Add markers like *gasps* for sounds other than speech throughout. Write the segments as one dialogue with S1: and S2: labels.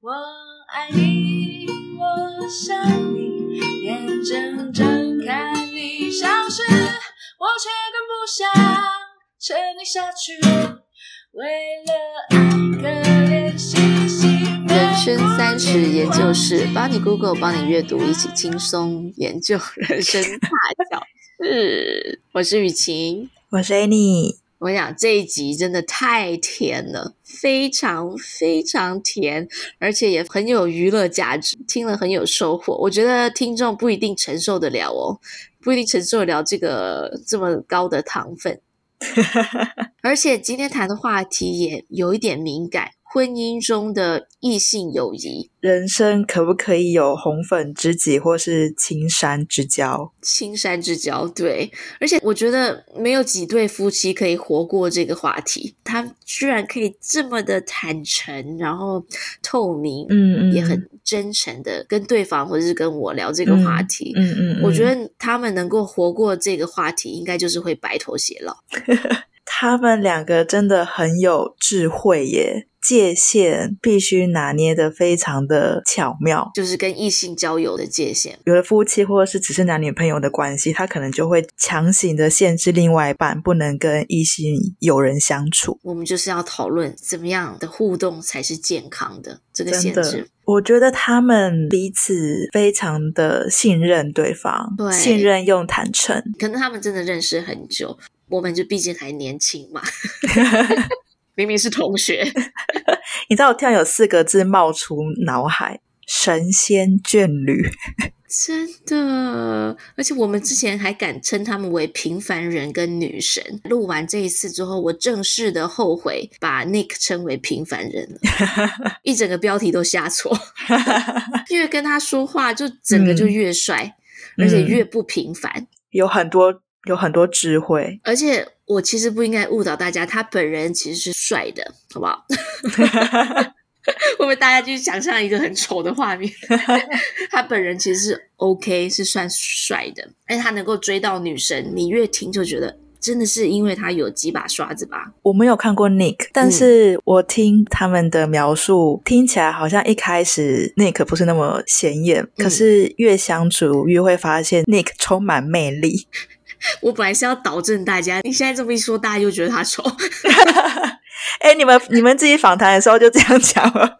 S1: 我爱你，我想你，眼睁睁看你消失，我却更不想沉溺下去。为了爱，可怜兮兮。
S2: 人生三十研究室，帮你 Google，帮你阅读，一起轻松研究人生大小事。我是雨晴，
S3: 我是 Annie，
S2: 我跟你讲这一集真的太甜了，非常非常甜，而且也很有娱乐价值，听了很有收获。我觉得听众不一定承受得了哦，不一定承受得了这个这么高的糖分。而且今天谈的话题也有一点敏感，婚姻中的异性友谊、
S3: 人生可不可以有红粉知己或是青山之交？
S2: 青山之交。对，而且我觉得没有几对夫妻可以活过这个话题，他居然可以这么的坦诚，然后透明，
S3: 嗯
S2: 也很真诚的跟对方或者是跟我聊这个话题。
S3: 嗯嗯嗯
S2: 我觉得他们能够活过这个话题，应该就是会白头偕老。
S3: 他们两个真的很有智慧耶，界限必须拿捏的非常的巧妙。
S2: 就是跟异性交友的界限。
S3: 有的夫妻或者是只是男女朋友的关系，他可能就会强行的限制另外一半不能跟异性友人相处。
S2: 我们就是要讨论怎么样的互动才是健康的这个限
S3: 真的
S2: 制。，
S3: 我觉得他们彼此非常的信任对方，
S2: 对
S3: 信任又坦诚。
S2: 可能他们真的认识很久，我们就毕竟还年轻嘛，明明是同学，
S3: 你知道，我突然有四个字冒出脑海：神仙眷侣。 *laughs*
S2: 真的。而且我们之前还敢称他们为平凡人跟女神。录完这一次之后，我正式的后悔把 Nick 称为平凡人了，一整个标题都下错，越跟他说话就整个就越帅，
S3: 嗯
S2: 而且越不平凡。
S3: 有很多有很多智慧，
S2: 而且我其实不应该误导大家，他本人其实是帅的，好不好？ *laughs* 会不会大家去想象一个很丑的画面？ *laughs* 他本人其实是 OK，是算帅的，而且他能够追到女神，你越听就觉得真的是因为他有几把刷子吧？
S3: 我没有看过 Nick，但是我听他们的描述，听起来好像一开始 Nick 不是那么显眼，可是越相处越会发现 Nick 充满魅力。
S2: 我本来是要导正大家，你现在这么一说，大家又觉得他丑。 *laughs*
S3: 哎，你们你们自己访谈的时候就这样讲了，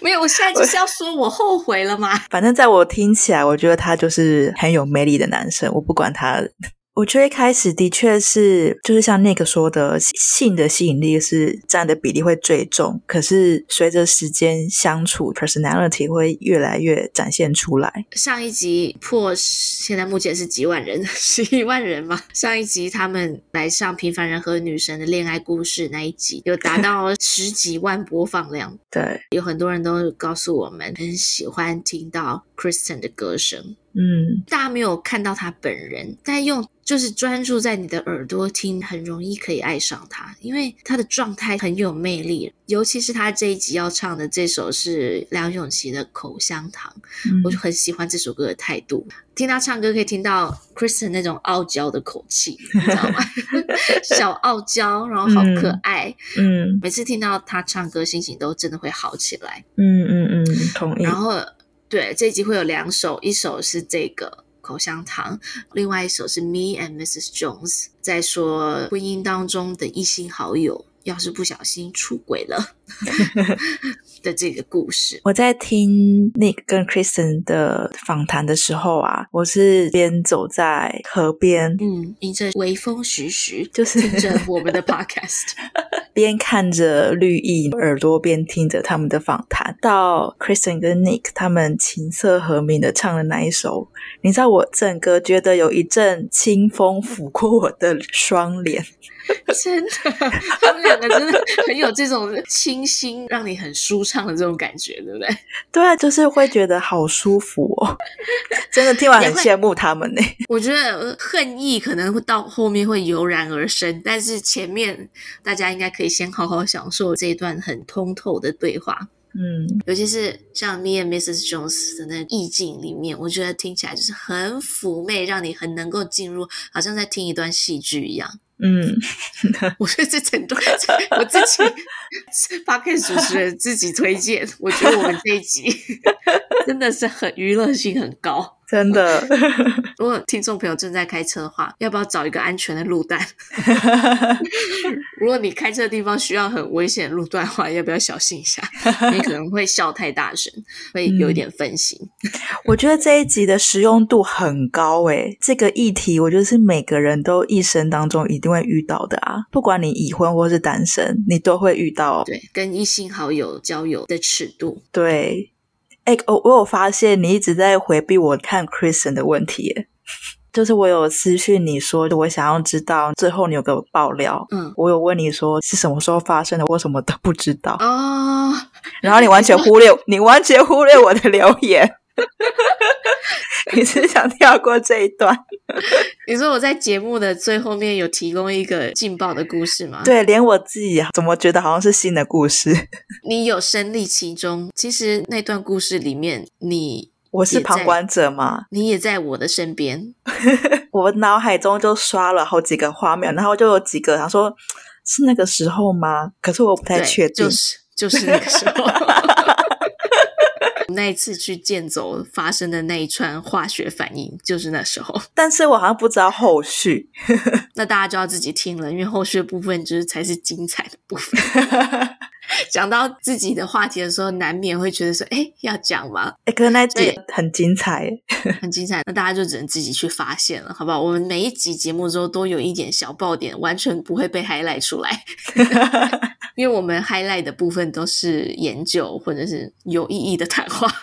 S2: 没有，我现在就是要说我后悔了嘛。
S3: 反正在我听起来，我觉得他就是很有魅力的男生，我不管他。 *laughs* 我觉得一开始的确是，就是像 Nick 说的，性的吸引力是占的比例会最重，可是随着时间相处，personality 会越来越展现出来。
S2: 上一集破，现在目前是几万人， *laughs* 十一万人嘛。上一集他们来上《平凡人和女神的恋爱故事》那一集，有达到十几万播放量。
S3: 对，
S2: 有很多人都告诉我们，很喜欢听到 Kristen 的歌声。
S3: 嗯，
S2: 大家没有看到他本人，但用就是专注在你的耳朵听，很容易可以爱上他，因为他的状态很有魅力。尤其是他这一集要唱的这首是梁咏琪的《口香糖》。我就
S3: 嗯
S2: 很喜欢这首歌的态度。听他唱歌可以听到 Kristen 那种傲娇的口气，你知道吗？ *laughs* 小傲娇，然后好可爱。
S3: 嗯
S2: 每次听到他唱歌，心情都真的会好起来。
S3: 嗯嗯嗯，同意
S2: 然。后，对这一集会有两首，一首是这个。口香糖，另外一首是 Me and Mrs. Jones，在说婚姻当中的异性好友，要是不小心出轨了 *laughs* 的这个故事。
S3: 我在听 Nick 跟 Kristen 的访谈的时候啊，我是边走在河边，
S2: 嗯，迎着微风徐徐，
S3: 就是 *laughs*
S2: 听着我们的 podcast。
S3: 边看着绿意，耳朵边听着他们的访谈，到 Kristen 跟 Nick 他们琴瑟和鸣的唱的那一首，你知道我整个觉得有一阵清风拂过我的双脸， *laughs*
S2: 真的，他们两个真的很有这种清新，让你很舒畅的这种感觉，对不对？ *laughs*
S3: 对啊，就是会觉得好舒服哦， *laughs* 真的听完很羡慕他们呢。
S2: 我觉得呃恨意可能会到后面会油然而生，但是前面大家应该可以先好好享受这一段很通透的对话，
S3: *laughs* 嗯，
S2: 尤其是像 Me and Mrs. Jones 的那个意境里面，我觉得听起来就是很妩媚，让你很能够进入，好像在听一段戏剧一样。
S3: 嗯，
S2: 我觉得这整段我自己 p o d 主持人自己推荐，我觉得我们这一集真的是很娱乐性很高。
S3: 真的， *laughs*
S2: 如果听众朋友正在开车的话，要不要找一个安全的路段？ *laughs* 如果你开车的地方需要很危险的路段的话，要不要小心一下？你可能会笑太大声，会有一点分心。
S3: 我觉得这一集的实用度很高诶、这个议题我觉得是每个人都一生当中一定会遇到的啊，不管你已婚或是单身，你都会遇到。
S2: 对，跟异性好友交友的尺度，
S3: 对，哎、我我有发现你一直在回避我看 Kristen 的问题耶，就是我有私讯你说我想要知道，最后你有给我爆料。
S2: 嗯，
S3: 我有问你说是什么时候发生的，我什么都不知道，
S2: 哦，
S3: 然后你完全忽略，你完全忽略我的留言，你是想跳过这一段？
S2: 你说我在节目的最后面有提供一个劲爆的故事吗？，
S3: 对，连我自己啊怎么觉得好像是新的故事？
S2: 你有身历其中。其实那段故事里面，你
S3: 我是旁观者嘛，
S2: 你也在我的身边，
S3: 我脑海中就刷了好几个画面，然后就有几个想说是那个时候吗？可是我不太
S2: 对
S3: 确定。
S2: 就是就是那个时候。 *laughs* 那一次去健走发生的那一串化学反应，就是那时候。
S3: 但是我好像不知道后续。
S2: 那大家就要自己听了，因为后续的部分就是才是精彩的部
S3: *laughs*
S2: 分。讲到自己的话题的时候，难免会觉得说：“哎，要讲吗？
S3: 哎，可是那一集很精彩耶，
S2: 很精彩。”那大家就只能自己去发现了，好不好？我们每一集节目之后都有一点小爆点，完全不会被 highlight 出来， *laughs* 因为我们 highlight 的部分都是研究或者是有意义的谈话。 *laughs*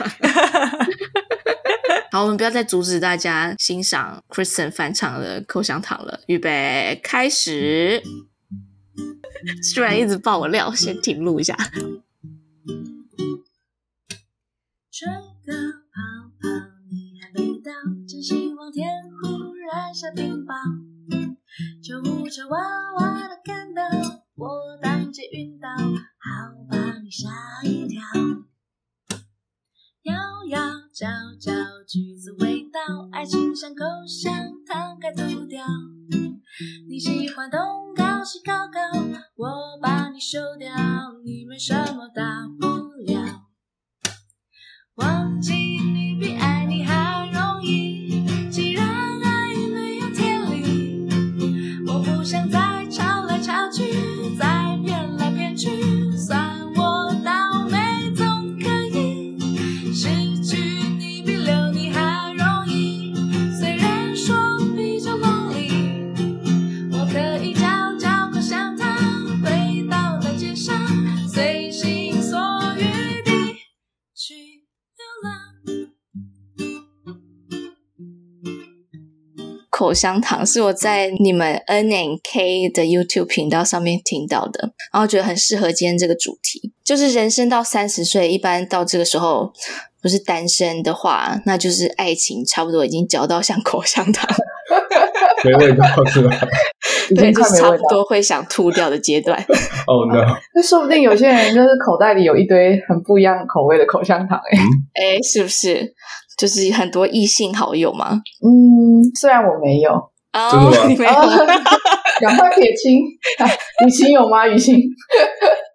S2: 好，我们不要再阻止大家欣赏 Kristen 翻唱的《口香糖》了。预备，开始。 *laughs* 居然一直爆我料，先停录一下。
S1: 吹个泡泡，你还没到，真希望天忽然下冰雹。救护车哇哇的赶到，我当街晕倒，好把你吓一跳。摇摇角角，橘子味道，爱情像口香糖该吐掉。你喜欢东高西高高，我把你休掉，你没什么大不了。忘记你比爱你还容易，既然爱没有天理，我不想再吵来吵去，再骗来骗去，算我倒霉总可以。失去你比留你还容易，虽然说比较 lonely，我可以嚼嚼口香糖，回到了街上，随心所欲地去。流浪。
S2: 口香糖是我
S4: 嗯
S2: 在你们 N N K 的 YouTube 频道上面听到的，然后觉得很适合今天这个主题。就是人生到三十岁，一般到这个时候不是单身的话，那就是爱情差不多已经嚼到像口香糖，
S5: 没味道是吧
S4: 已
S2: 对，
S4: 经
S2: 就
S4: 快
S2: 是
S4: 没
S2: 差
S4: 味
S2: 不
S4: *laughs* 道。
S2: 多会想吐掉的阶段。 *laughs*
S5: ？Oh no！
S4: 那说不定有些人就是口袋里有一堆很不一样口味的口香糖、欸，
S2: 哎，是不是？就是很多异性好友嘛。
S4: 嗯，虽然我没有，
S2: 哦、
S5: 真的吗
S2: 你 *laughs* 没有？
S4: 啊 *laughs* 赶快撇清。 *laughs* 啊雨晴有吗？雨晴？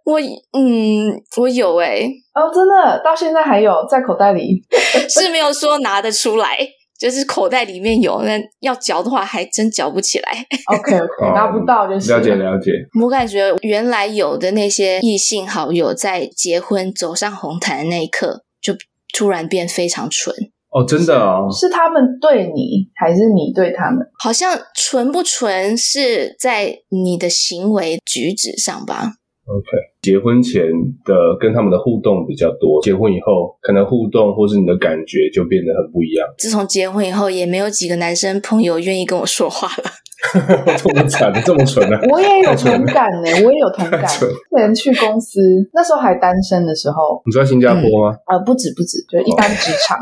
S2: 我嗯，我有哎、
S4: *laughs* 哦，真的，到现在还有在口袋里。 *laughs*
S2: 是没有说拿得出来，就是口袋里面有，那要嚼的话还真嚼不起来。
S4: OK OK，、
S5: 哦
S4: 拿不到就
S5: *laughs*
S4: 是
S5: 了解了解，
S2: 我感觉原来有的那些异性好友，在结婚走上红毯的那一刻，就突然变非常纯。
S5: 哦，真的哦，
S4: 是他们对你，还是你对他们？
S2: 好像纯不纯是在你的行为举止上吧？
S5: 结婚前的跟他们的互动比较多，结婚以后可能互动或是你的感觉就变得很不一样， *laughs*
S2: 自从结婚以后，也没有几个男生朋友愿意跟我说话了。
S5: 这么惨，这么蠢啊！
S4: 我也有
S5: 太蠢
S4: 同
S5: 了
S4: 感呢、我也有同感。
S5: 太蠢了
S4: 之前去公司那时候还单身的时候，
S5: 你知道新加坡吗？
S4: 呃，不止不止，就一般
S2: 哦
S4: 职场。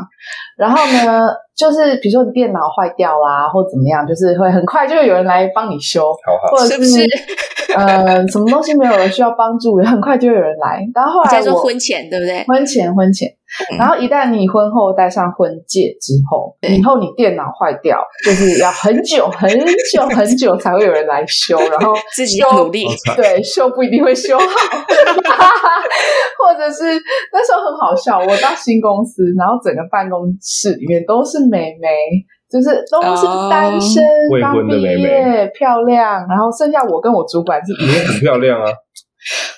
S4: 然后呢，就是比如说你电脑坏掉啊，或怎么样，就是会很快就有人来帮你修，
S5: 好好，
S4: 或者
S2: 哦是不是
S4: 呃什么东西没有人需要帮助，然后很快就有人来。然后后
S2: 你
S4: 来
S2: 在说
S4: 我
S2: 婚前对不对？
S4: 婚前婚前，然后一旦你婚后戴上婚戒之后，
S2: 对
S4: 以后你电脑坏掉，就是要很久很久很久才会有人来修，然后
S2: 自己要
S4: 修
S2: 努力。
S5: *laughs*
S4: 对，修不一定会修好， *laughs* 或者是那时候很好笑，我到新公司，然后整个办公室里面都是美眉。就是都是单身
S5: 哦未
S4: 刚
S5: 婚的
S4: 毕
S5: 妹妹
S4: 业、漂亮，然后剩下我跟我主管是一样，
S5: 很漂亮啊，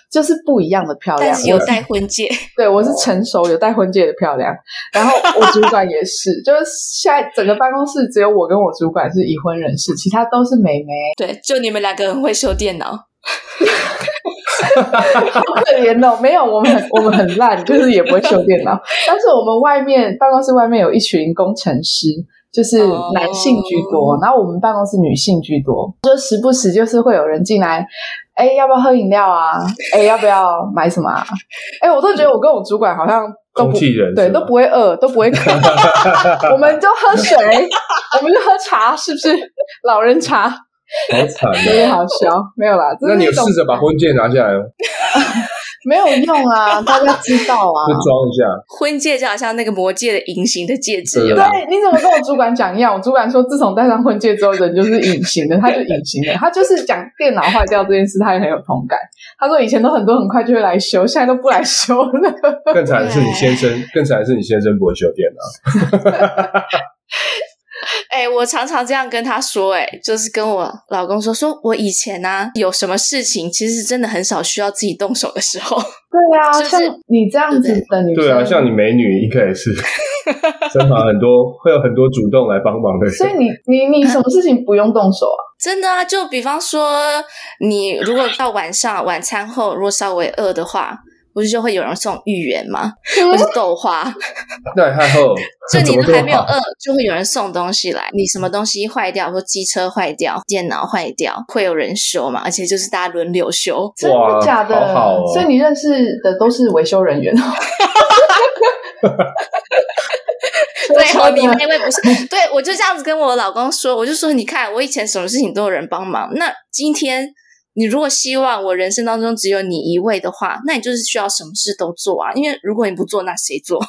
S4: 就是不一样的漂亮。
S2: 但是有戴婚戒，
S4: 对，我是成熟有戴婚戒的漂亮，然后我主管也是，就是现在整个办公室只有我跟我主管是已婚人士，其他都是美眉，
S2: 对，就你们两个人会修电脑，
S4: 好可怜哦。 *laughs* 没有，我们很我们很烂，就是也不会修电脑，但是我们外面办公室外面有一群工程师。就是
S2: 哦
S4: 男性居多然后我们办公室女性居多，就时不时就是会有人进来，哎，要不要喝饮料啊？哎，要不要买什么啊？哎，我都觉得我跟我主管好像都
S5: 空
S4: 不
S5: 气人
S4: 对，
S5: 是吧
S4: 都不会饿，都不会
S5: *laughs*
S4: 渴，我们就喝水，我们就喝茶，是不是？老人
S5: *laughs*
S4: 茶
S5: 好惨
S4: 有 *laughs* 点
S5: 啊！
S4: 好笑，没有啦，这
S5: 那
S4: 是
S5: 你
S4: 一
S5: 有
S4: 种
S5: 试着把婚戒拿下来吗？
S4: 没有用啊，大家知道啊
S5: *laughs* 就。装一下，
S2: 婚戒就好像那个魔戒的隐形的戒指，有
S5: 对
S2: 没有
S4: 对，啊你怎么跟我主管讲一样？我主管说，自从戴上婚戒之后，人就是隐形的，他就隐形的，他就是讲电脑坏掉这件事，他也很有同感。他说以前都很多很快就会来修，现在都不来修了。
S5: 更惨的是你先生，更惨的是你先生不会修电脑。
S2: 哎、我常常这样跟他说、哎，就是跟我老公说，说我以前呢、有什么事情，其实真的很少需要自己动手的时候，
S4: 对啊，
S2: 就是
S4: 像你这样子的女生，
S5: 对啊，像你美女应该也是，身旁很多会有很多主动来帮忙的
S4: 所以
S5: 人。
S4: 你你你什么事情不用动手
S5: *laughs*
S4: 啊？
S2: 真的啊。就比方说，你如果到晚上晚餐后，如果稍微饿的话，不是就会有人送芋圆吗？或是豆花？
S5: 那你太后，
S2: 就你
S5: 怎么
S2: 都还
S5: 这
S2: 没
S5: 么
S2: 有
S5: 好？
S2: 饿，就会有人送东西来。你什么东西坏掉，说机车坏掉、电脑坏掉，会有人修嘛？而且就是大家轮流修。
S4: 真的
S5: 哇
S4: 假的？
S5: 好好哦
S4: 所以你认识的都是维修人 *laughs* 员。哦
S2: 对
S4: 所
S2: 哦，
S4: 以
S2: 你
S4: 说呢
S2: 那位不是对，我就这样子跟我老公说，我就说，你看我以前什么事情都有人帮忙，那今天你如果希望我人生当中只有你一位的话，那你就是需要什么事都做啊，因为如果你不做，那谁做？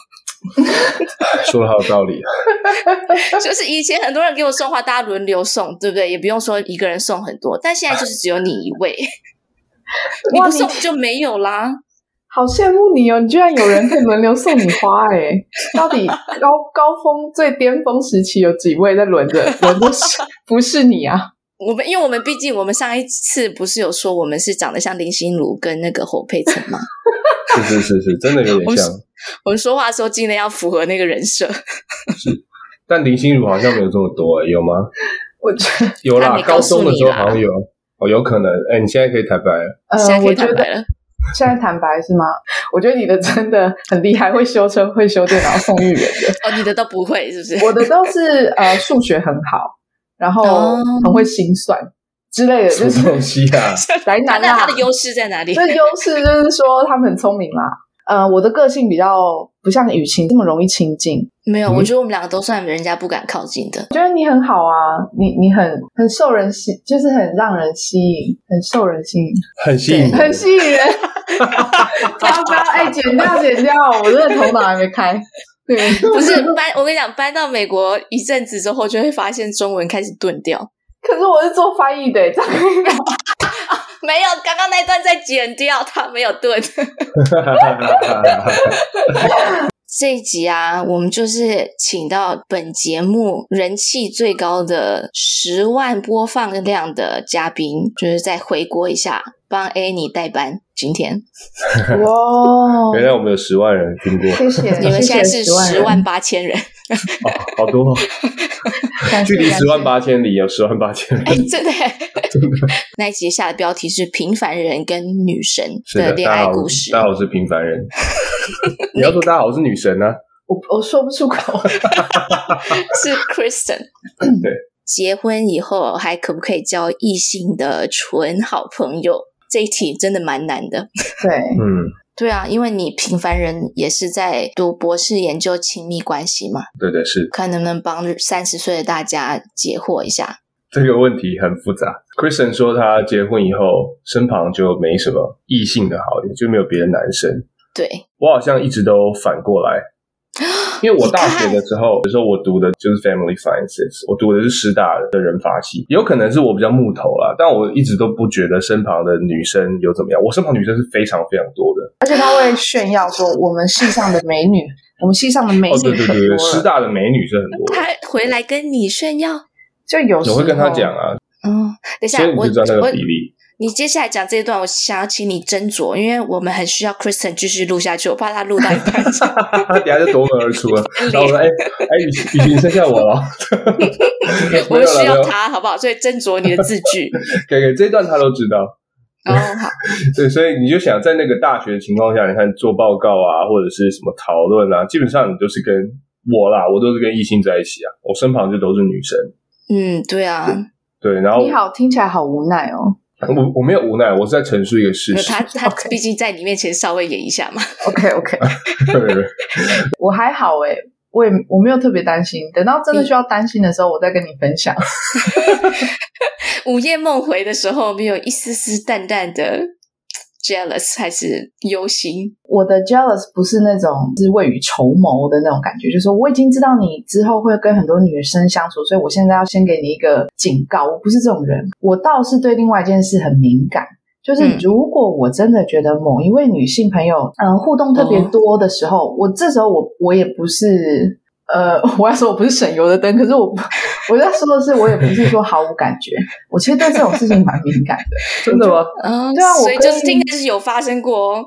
S5: 说的好有道理，啊
S2: *laughs* 就是以前很多人给我送花，大家轮流送，对不对？也不用说一个人送很多，但现在就是只有你一位，你
S4: *laughs* 哇，
S2: 不
S4: 你
S2: 送就没有啦。
S4: 好羡慕你哦！你居然有人可以轮流送你花哎、到底高高峰最巅峰时期有几位在轮着轮着是不是你啊？
S2: 我们因为我们毕竟我们上一次不是有说我们是长得像林心如跟那个侯佩岑吗？ *laughs*
S5: *laughs* 是是是是，真的有
S2: 我
S5: 点
S2: 们
S5: 像。
S2: 我们说话的时候尽量要符合那个人设。
S5: 但林心如好像没有这么多、欸，有吗？
S4: 我觉得，
S5: 有
S2: 她
S5: 啦
S2: 没，告
S5: 高
S2: 诉
S5: 中的
S2: 你
S5: 时候
S2: 啦
S5: 好像有，哦，有可能。哎、你现在可以坦白了，
S4: 呃
S2: 现在，可
S4: 我
S2: 以
S4: 觉
S2: 坦
S4: 得
S2: 白了，
S4: 现在坦白是吗？我觉得你的真的很厉害，会修车，会修电脑，送芋圆的。
S2: 哦，你的都不会是不是？
S4: 我的都是呃数学很好，然后
S2: 哦
S4: 很会心算之类的，
S5: 什
S4: 就
S5: 么
S4: 是
S5: 东西
S2: *laughs*
S5: 啊？
S4: 宅男
S2: 那
S4: 啦
S2: 他。的优势在哪里？
S4: 这优势就是说他们很聪明啦。呃，我的个性比较不像雨晴这么容易亲近，
S2: 没有，
S5: 嗯
S2: 我觉得我们两个都算人家不敢靠近的
S4: 我。觉得你很好啊，你你很很受人吸，就是很让人吸引，很受人吸引，
S5: 很吸引
S2: 对
S4: 很
S5: 人，
S4: 吸引
S5: *laughs*
S4: 人。糟糕，哎，剪掉剪掉，我这个头脑还没开。对，
S2: 不是搬，我跟你讲，搬到美国一阵子之后，就会发现中文开始钝掉。
S4: 可是我是做
S5: *laughs*
S4: 翻译的，这样
S2: 没有，刚刚那段再剪掉，它没有钝。这一集啊，我们就是请到本节目人气最高的十万播放量的嘉宾，就是再回国一下，帮 Annie 代班。今天
S4: 哇
S5: 原来我们有十万人听过，
S4: 谢哦谢，
S2: 你们现在是
S4: 谢谢
S2: 十万八千人，
S5: 哦、好多、哦，
S4: 感谢
S5: 距离
S4: 感谢
S5: 十万八千里有十万八千里。
S2: 哎，真的耶。那一集下的标题是“平凡人跟女神
S5: 是
S2: 的
S5: 的，
S2: 恋
S5: 大家
S2: 爱
S5: 好，
S2: 故事
S5: 大家好，我是平凡人。你要说大家好，我是女神呢、啊？
S4: 我我说不出口，”，
S2: 是 Kristen。
S5: 对，
S2: 结婚以后还可不可以交异性的纯好朋友？这一题真的蛮难的。
S4: 对，
S5: 嗯，
S2: 对啊，因为你平凡人也是在读博士研究亲密关系嘛，
S5: 对对是
S2: 看能不能帮三十岁的大家解惑一下。
S5: 这个问题很复杂， Kristen 说她结婚以后身旁就没什么异性的好友，就没有别的男生。
S2: 对，
S5: 我好像一直都反过
S4: *gasps*
S5: 来，因为我大学的时候，比如说我读的就是 Family Sciences，我读的是师大的人法系，有可能是我比较木头啦，但我一直都不觉得身旁的女生有怎么样，我身旁女生是非常非常多的。
S4: 而且他会炫耀说我们系上的美女，我们系上的美
S5: 哦，对
S4: 女
S5: 对
S4: 很
S5: 对
S4: 多
S5: 对，师
S4: 了，
S5: 大的美女是很多的，
S2: 他回来跟你炫耀。
S4: 就有时
S5: 我
S4: 候
S5: 会跟她讲啊，
S2: 哦，等一下
S5: 所以，你
S2: 我
S5: 就知道那个
S2: 我
S5: 比例。 *laughs*
S2: 你接下来讲这一段，我想要请你斟酌，因为我们很需要 Kristen 继续录下去，我怕他录到一半
S5: 他等下就夺门而
S4: *laughs*
S5: 出了。然后我说：“哎哎，雨雨晴剩下我了。 *laughs*
S2: 我
S5: 没
S2: 们
S5: 有啦
S2: 需
S5: 没
S2: 要
S5: 有
S2: 他，好不好？所以斟酌你的字
S5: *laughs*
S2: 句。
S5: 给给这一段他都知道。
S2: 哦，好，
S5: 对，所以你就想在那个大学的情况下，你看做报告啊，或者是什么讨论啊，基本上你就是跟我啦，我都是跟异性在一起啊，我身旁就都是女生。
S2: 嗯，对啊，
S5: 对，然后
S4: 你好，听起来好无奈哦。
S5: 我我没有无奈，我是在陈述一个事
S2: 那
S5: 实。
S2: 他
S5: *laughs*
S2: 他
S4: OK
S2: 毕竟在你面前稍微演一下嘛。
S4: OK OK，
S5: 对对对
S2: *laughs*
S4: 我还好诶、我也我没有特别担心，等到真的需要担心的时候，我再跟你分享。
S2: 午夜梦回的时候，没有一丝丝淡淡的 jealous 还是忧心。
S4: 我的 jealous 不是那种是未雨绸缪的那种感觉，就是说我已经知道你之后会跟很多女生相处，所以我现在要先给你一个警告。我不是这种人，我倒是对另外一件事很敏感。就是
S2: 嗯
S4: 如果我真的觉得某一位女性朋友，嗯、呃，互动特别多的时候，我这时候我我也不是，呃， *laughs* 我要说我不是省油的灯，可是我不我要说的是，我也不是说毫无感觉，我其实对这种事情蛮敏感的。
S5: 真的吗？
S2: 嗯，
S4: 对啊我
S2: 所以就是
S4: 跟
S2: 应该是有发生过哦。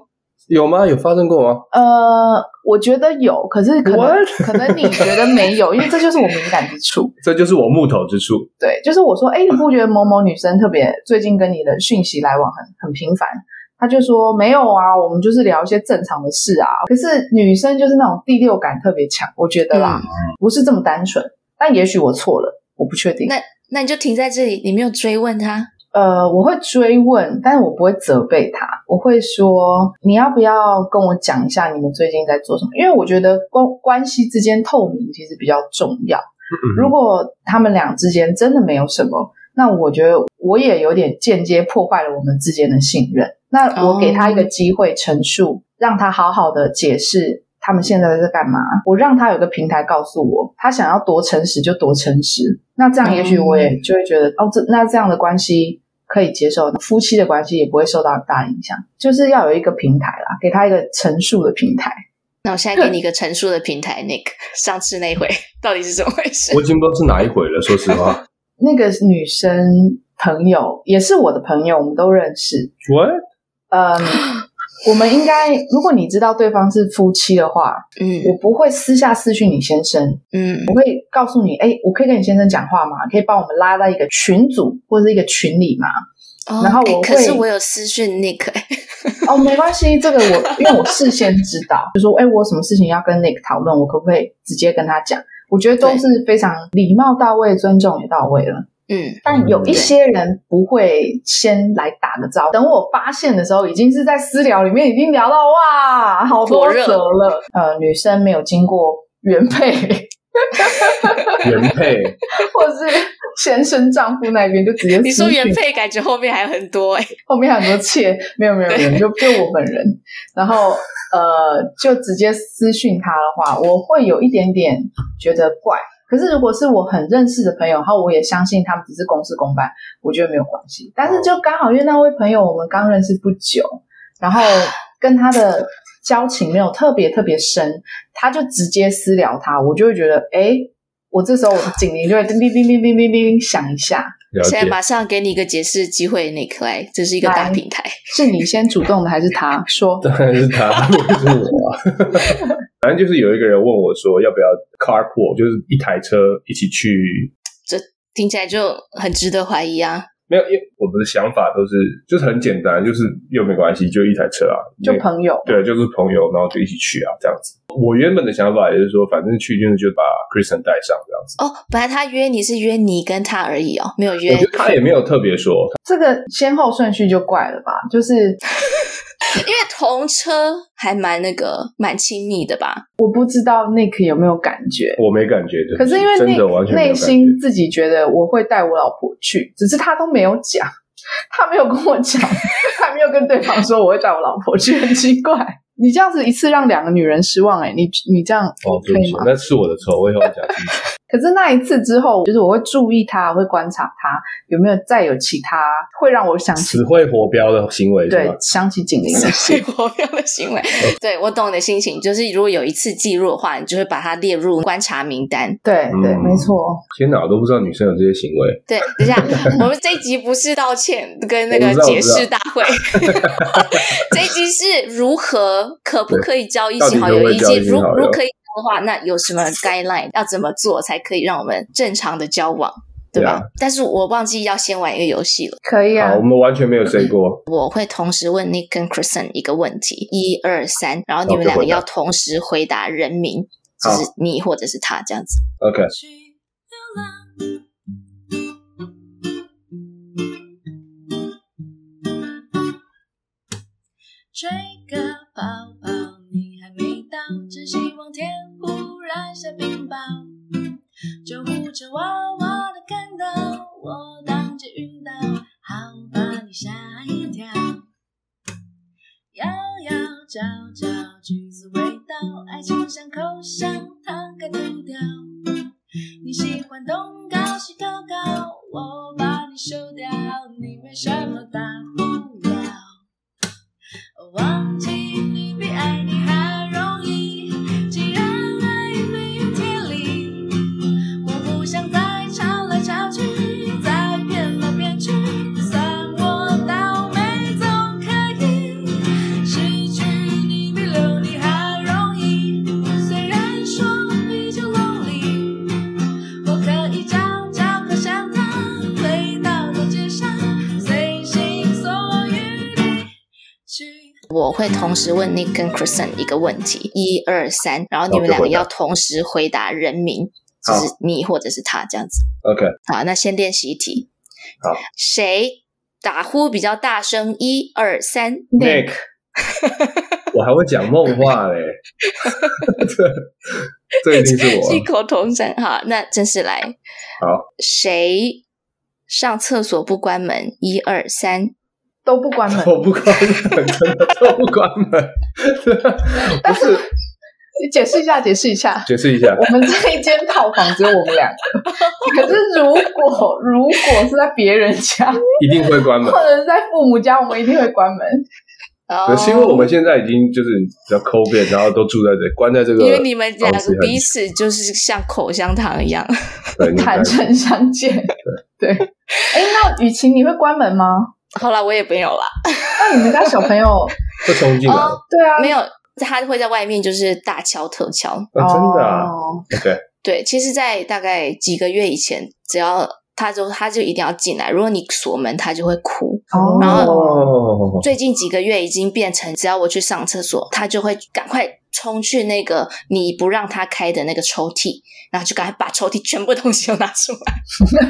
S5: 有吗？有发生过吗？
S4: 呃，我觉得有，可是可能可能你觉得没有，因为这就是我敏感之处。
S5: 这就是我木头之处。
S4: 对，就是我说，哎，你不觉得某某女生特别最近跟你的讯息来往很很频繁？他就说没有啊，我们就是聊一些正常的事啊。可是女生就是那种第六感特别强，我觉得啦，不是这么单纯。但也许我错了，我不确定。
S2: 那你就停在这里，你没有追问他。
S4: 呃，我会追问，但是我不会责备他，我会说你要不要跟我讲一下你们最近在做什么？因为我觉得关关系之间透明其实比较重要。
S5: 嗯
S4: 如果他们俩之间真的没有什么，那我觉得我也有点间接破坏了我们之间的信任。那我给他一个机会陈述，让他好好的解释他们现在在干嘛。我让他有个平台告诉我，他想要多诚实就多诚实。那这样也许我也就会觉得，哦，这那这样的关系可以接受，夫妻的关系也不会受到很大影响。就是要有一个平台啦，给他一个陈述的平台。
S2: 那我现在给你一个陈述的平台，Nick。上次那一回到底是怎么回事
S5: 我？已经不知道是哪一回了，说实 *laughs* 话。
S4: 那个女生朋友也是我的朋友，我们都认识。
S5: 我
S4: 嗯，我们应该，如果你知道对方是夫妻的话，
S2: 嗯
S4: 我不会私下私讯你先生，
S2: 嗯
S4: 我会告诉你，哎，我可以跟你先生讲话吗？可以帮我们拉在一个群组或者是一个群里吗？
S2: 哦
S4: 然后
S2: 哎
S4: 我
S2: 可是
S4: 会
S2: 我有私讯 Nick，哎
S4: 哦，没关系，这个我因为我事先知道，就说，哎，我有什么事情要跟 Nick 讨论，我可不可以直接跟他讲？我觉得都是非常礼貌到位，尊重也到位了。
S2: 嗯，
S4: 但有一些人不会先来打个招呼，等我发现的时候，已经是在私聊里面已经聊到哇，好多折了。呃，女生没有经过原配 *laughs*
S5: 原配，
S4: 或是先生丈夫那边，就直接私
S2: 你说原
S4: 讯
S2: 配，感觉后面还有很多哎。
S4: 后面很多妾，没有没有没有，就就我本人。然后呃，就直接私讯他的话，我会有一点点觉得怪。可是如果是我很认识的朋友，然后我也相信他们只是公事公办，我觉得没有关系。但是就刚好因为那位朋友我们刚认识不久，然后跟他的交情没有特别特别深，他就直接私聊他，我就会觉得哎。诶我这时候我的警铃就会叮叮叮叮叮叮叮响一下，
S5: 了
S2: 现在
S5: 解。
S2: 马上给你一个解释机会，Nick 来，这是一个大
S4: 来
S2: 平台。
S4: 是你先主动的还是他说？
S5: 当然是他，不是我、啊。 *laughs* 反正就是有一个人问我说，要不要 carpool，就是一台车一起去。
S2: 听起来就很值得怀疑啊。
S5: 没有，因为我们的想法都是就是很简单，就是又没关系，就一台车啊，
S4: 就
S5: 那个
S4: 朋友，
S5: 对，就是朋友，然后就一起去啊，这样子。我原本的想法也是说，反正去就是就把 Kristen 带上这样子。
S2: 哦，本来他约你是约你跟他而已哦，没有约
S5: 我觉得他也没有特别说，
S4: 这个先后顺序就怪了吧？就是
S2: 因为同车还蛮那个蛮亲密的吧？
S4: 我不知道 Nick 有没有感觉，
S5: 我没感觉的。
S4: 可是因为
S5: 真的完
S4: Nick
S5: 全没有
S4: 内
S5: 感觉
S4: 心自己觉得我会带我老婆去，只是他都没有讲，他没有跟我讲， *laughs* 他没有跟对方说我会带我老婆去，很奇怪。你这样子一次让两个女人失望、欸，哎，你你这样
S5: 哦，对
S4: 可
S5: 不
S4: 以
S5: 起
S4: 吗？，
S5: 那是我的错，我以后要讲清楚。
S4: *laughs* 可是那一次之后，就是我会注意他，我会观察他有没有再有其他会让我想起
S5: 死会活标的行为是
S4: 对
S5: 吧？
S4: 想起警铃的事。
S2: 对 *laughs* 我不要的行
S5: *laughs*
S2: 为，对我懂你的心情。就是如果有一次记录的话，你就会把它列入观察名单。
S4: 对对，
S5: 嗯
S4: 没错。
S5: 天哪，我都不知道女生有这些行为。
S2: 对，等一
S5: *laughs*
S2: 下，我们这一集不是道歉跟那个
S5: 我知道
S2: 解释大会， *laughs* 这一集是如何可不可以交异性好友，
S5: 对
S2: 以
S5: 到底可不可以交
S2: 及
S5: 异性
S2: 如
S5: 好友
S2: 如可以的话，那有什么 guideline 要怎么做才可以让我们正常的交往，对吧
S5: Yeah
S2: 但是我忘记要先玩一个游戏了。
S4: 可以啊
S5: 好，我，们完全没有 say 过。
S2: 我会同时问 Nick 跟 Kristen 一个问题，一二三，然后你们两个
S5: 好就回答
S2: 要同时回答人名，就是你或者是他这样子。
S5: OK，
S1: 去流浪。吹个泡泡，你还没到，真希望天忽然下冰雹。救护车哇哇的看到我当街晕倒，好把你吓一跳。摇摇角角，橘子味道，爱情像口香糖，该丢掉。你喜欢东高西高高，我把你收掉，你没什么大不了。忘记你比爱你还容易，既然爱没有天理，我不想再吵来吵去，再变来变去，算我倒霉总可以。失去你比留你还容易，虽然说比较 lonely，我可以找找口香糖，回到大街上，随心所欲地去。
S2: 我会同时问 Nick 跟 Kristen 一个问题，一二三，然后你们两个要同时回答人名，就
S5: 好
S2: 是你或者是他这样子。
S5: OK，
S2: 好，那先练习一题。
S5: 好，
S2: 谁打呼比较大声？一二三， *laughs*
S5: Nick，我还会讲梦话嘞， *laughs* 这这一定是我。
S2: 异口同声。好，那正式来。
S5: 好，
S2: 谁上厕所不关门？一二三，
S4: 都不关门，
S5: 我不关门，真的我不关
S2: *laughs*
S5: 门。不是，
S4: 你解释一下，解释一下。 *laughs*
S5: 解释一下，
S4: 我们这一间套房只有我们两个，可是如果如果是在别人家
S5: 一定会关门
S4: 或。者是在父母家，我们一定会关门。
S2: 哦
S5: 可是因为我们现在已经就是比较抠遍，然后都住在这，关在这个，
S2: 因为你们两
S5: 房子
S2: 个
S5: 很
S2: 彼此就是像口香糖一样， *laughs*
S5: 对，你
S4: 坦诚相见， *laughs* 对。哎，那雨晴，你会关门吗？
S2: 后来我也没有啦，
S4: 那你们家小朋友，
S5: 会冲进来，
S2: 哦
S4: 对啊，
S2: 没有，他会在外面就是大敲特敲。
S5: 啊真的啊
S4: 哦
S5: ，OK，
S2: 对，其实，在大概几个月以前，只要他就他就一定要进来，如果你锁门，他就会哭。
S4: 哦
S2: 然后
S5: 哦，
S2: 最近几个月已经变成，只要我去上厕所，他就会赶快冲去那个你不让他开的那个抽屉，然后就赶快把抽屉全部东西都拿出来，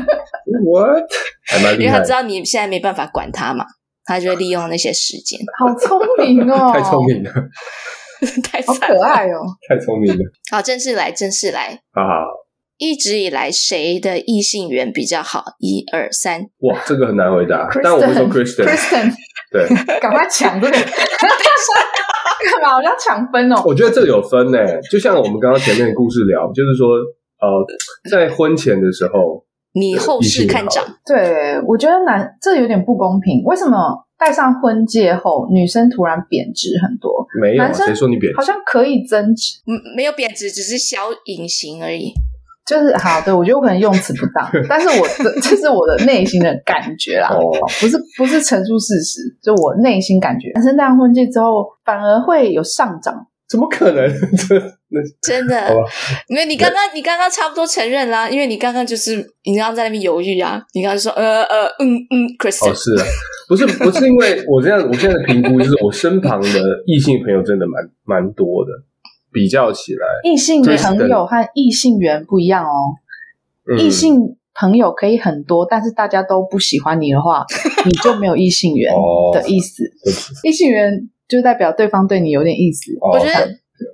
S5: what，还蛮
S2: 因
S5: *laughs* 厉
S2: 为他
S5: 害
S2: 知，道你现在没办法管他嘛，他就会利用那些时间。 *laughs*
S4: 好聪明
S5: *laughs*
S4: 哦，
S5: 太聪，明了，
S2: 太
S4: 好
S2: 惨
S4: 可
S2: 了。
S4: 爱哦。
S5: 太聪明了，
S2: 好，正式来，正式来。
S5: 好好。
S2: 一直以来，谁的异性缘比较好？一二三，
S5: 哇，这个很难回答， *laughs* 但我会说 Kristen，
S4: Kristen，
S5: 对，
S4: 赶快抢这个， *laughs* 干嘛？我要抢分哦。
S5: 我觉得这个有分呢、就像我们刚刚前面的故事聊，就是说，呃，在婚前的时候，
S2: 你后市看涨。
S4: 对，我觉得男这有点不公平，为什么戴上婚戒后，女生突然贬值很多？
S5: 没有啊，
S4: 男生
S5: 谁说你贬
S4: 好
S5: 值？
S4: 像可以增值，
S2: 嗯，没有贬值，只是小隐形而已。
S4: 就是 *laughs* 好，对我觉得我可能用词不
S5: *laughs*
S4: 当，但是我这这是我的 *laughs* 内心的感觉啦，
S5: 哦
S4: 不是不是陈述事实，就我内心感觉。男生戴上婚戒之后，反而会有上涨，
S5: 怎么可能？ *laughs* 这那
S2: 真的
S5: 好吧，
S2: 没有你刚刚，你刚刚差不多承认啦，因为你刚刚就是你刚刚在那边犹豫啊，你刚刚就说呃呃嗯嗯
S5: 哦
S2: ，Kristen，
S5: 是啊，不是不是因为我这样，我现在的评估就是我身旁的异性朋友真的蛮蛮多的，比较起来，
S4: 异性
S5: 对
S4: 朋友和异性缘不一样哦，
S5: 嗯、
S4: 异性朋友可以很多，但是大
S5: *laughs*
S4: 家都不喜欢你的话，你就没有异性缘
S5: 哦，
S4: 的意思。
S5: 对不起
S4: 异性缘就代表对方对你有点意思。
S5: 哦
S2: 我觉得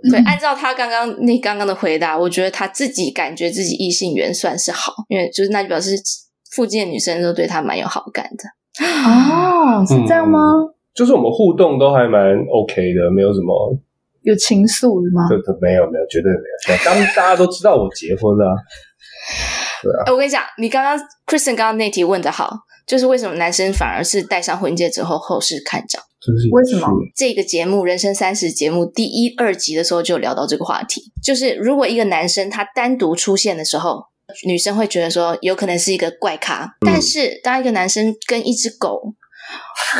S2: 对，按照他刚刚那刚刚的回答，我觉得他自己感觉自己异性缘算是好，因为就是那就表示附近的女生都对他蛮有好感的。
S4: 哦，是这样吗？
S5: 嗯就是我们互动都还蛮 OK 的，没有什么，
S4: 有情愫是吗？
S5: 这这没有没有，绝对没有。当大家都知道我结婚了、啊
S2: 哎，我跟你讲，你刚刚 Kristen 刚刚那题问的好，就是为什么男生反而是戴上婚戒之后后市看涨？
S5: 真是有趣
S4: 为什么
S2: 这个节目《人生三十》节目第一、二集的时候就聊到这个话题，就是如果一个男生他单独出现的时候，女生会觉得说有可能是一个怪咖，但是当一个男生跟一只狗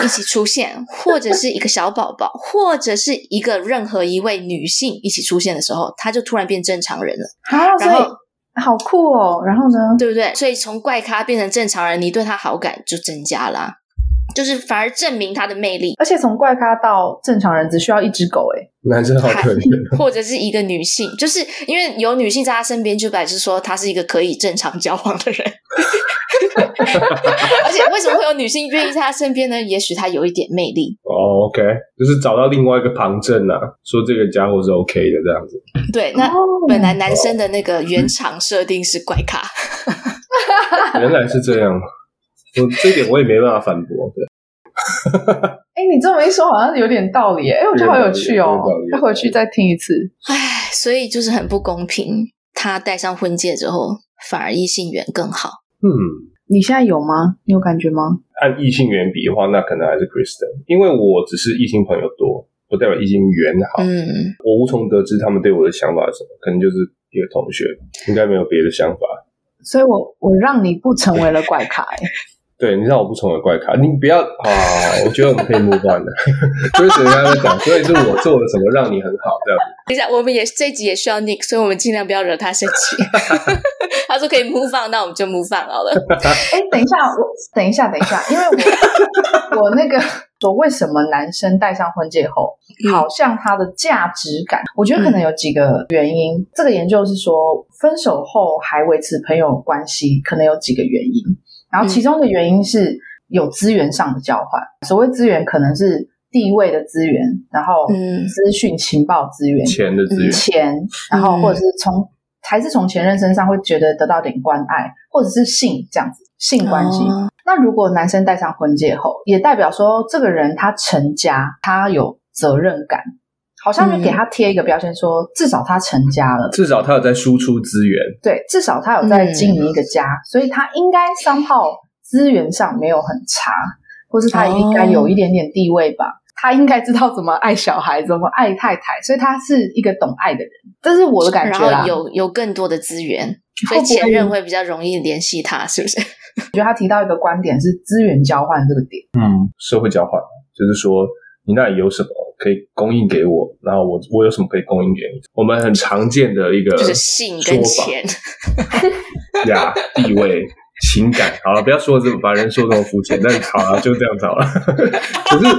S2: 一起出现，或者是一个小宝宝，或者是一个任何一位女性一起出现的时候，他就突然变正常人了，
S4: 啊，所
S2: 然后
S4: 以好酷哦。然后呢？
S2: 对不对？所以从怪咖变成正常人，你对他好感就增加啦、就是反而证明他的魅力。
S4: 而且从怪咖到正常人只需要一只狗，哎，
S5: 男生好可怜，
S2: 或者是一个女性，就是因为有女性在他身边，就表示说他是一个可以正常交往的人。 *laughs* 而且为什么会有女性愿意在他身边呢？也许他有一点魅力，
S5: 哦，OK，就是找到另外一个旁证啊，说这个家伙是 OK 的这样子。
S2: 对，那
S4: 哦
S2: 本来男生的那个原厂设定是怪咖，
S5: 原来是这样，我这一点我也没办法反驳。对，
S4: 哎，你这么一说，好像有点道理耶。哎，我觉得好有趣
S5: 有
S4: 哦
S5: 点道理，
S4: 要回去再听一次。
S2: 唉，所以就是很不公平。他戴上婚戒之后，反而异性缘更好。
S5: 嗯，
S4: 你现在有吗？你有感觉吗？
S5: 按异性缘比的话，那可能还是 Kristen，因为我只是异性朋友多，不代表异性缘好。
S2: 嗯，
S5: 我无从得知他们对我的想法是什么，可能就是一个同学，应该没有别的想法。
S4: 所以我我让你不成为了怪咖，哎
S5: 对你让我不成为怪咖，你不要啊！我觉得我们可以 move *laughs* on 的。就是人家在讲，所以是我做了什么让你很好这样子。
S2: 等一下，我们也这一集也需要 Nick，所以我们尽量不要惹他生气。 *laughs* 他说可以 move on，那我们就 move on 好了。
S4: 哎，等一下，我等一下，等一下，因为
S2: *laughs*
S4: 我我那个说为什么男生戴上婚戒后，
S2: 嗯
S4: 好像他的价值感，我觉得可能有几个原因。这个研究是说，分手后还维持朋友关系，可能有几个原因。然
S2: 嗯
S4: 后其中的原因是有资源上的交换，所谓资源可能是地位的资源，然后
S2: 嗯
S4: 资讯情报资源，
S5: 钱的资源，
S4: 钱，然后
S2: 嗯
S4: 或者是从、还是从前任身上会觉得得到点关爱，或者是性这样子性关系。
S2: 哦
S4: 那如果男生戴上婚戒后，也代表说这个人他成家，他有责任感，好像就给他贴一个标签说，至少他成家了，
S5: 至少他有在输出资源。
S4: 对，至少他有
S2: 嗯
S4: 在经营一个家，所以他应该商号资源上没有很差，或是他也应该
S2: 哦
S4: 有一点点地位吧。他应该知道怎么爱小孩，怎么爱太太，所以他是一个懂爱的人，这是我的 *laughs* 感觉
S2: 然
S4: 啦
S2: 后。有有更多的资源，所
S4: 会
S2: 以
S4: 不会
S2: 前任会比较容易联系他，是不
S4: *laughs*
S2: 是？
S4: 我觉得他提到一个观点是资源交换这个点，
S5: 嗯，社会交换，就是说你那里有什么可以供应给我，然后我我有什么可以供应给你。我们很常见的一个
S2: 就是性跟
S5: 说
S2: 钱，
S5: 法呀、地位、 *laughs* 情感。好了，不要说这么把人说这么肤浅，但好啊了，就这样子好了。 *laughs* 可是。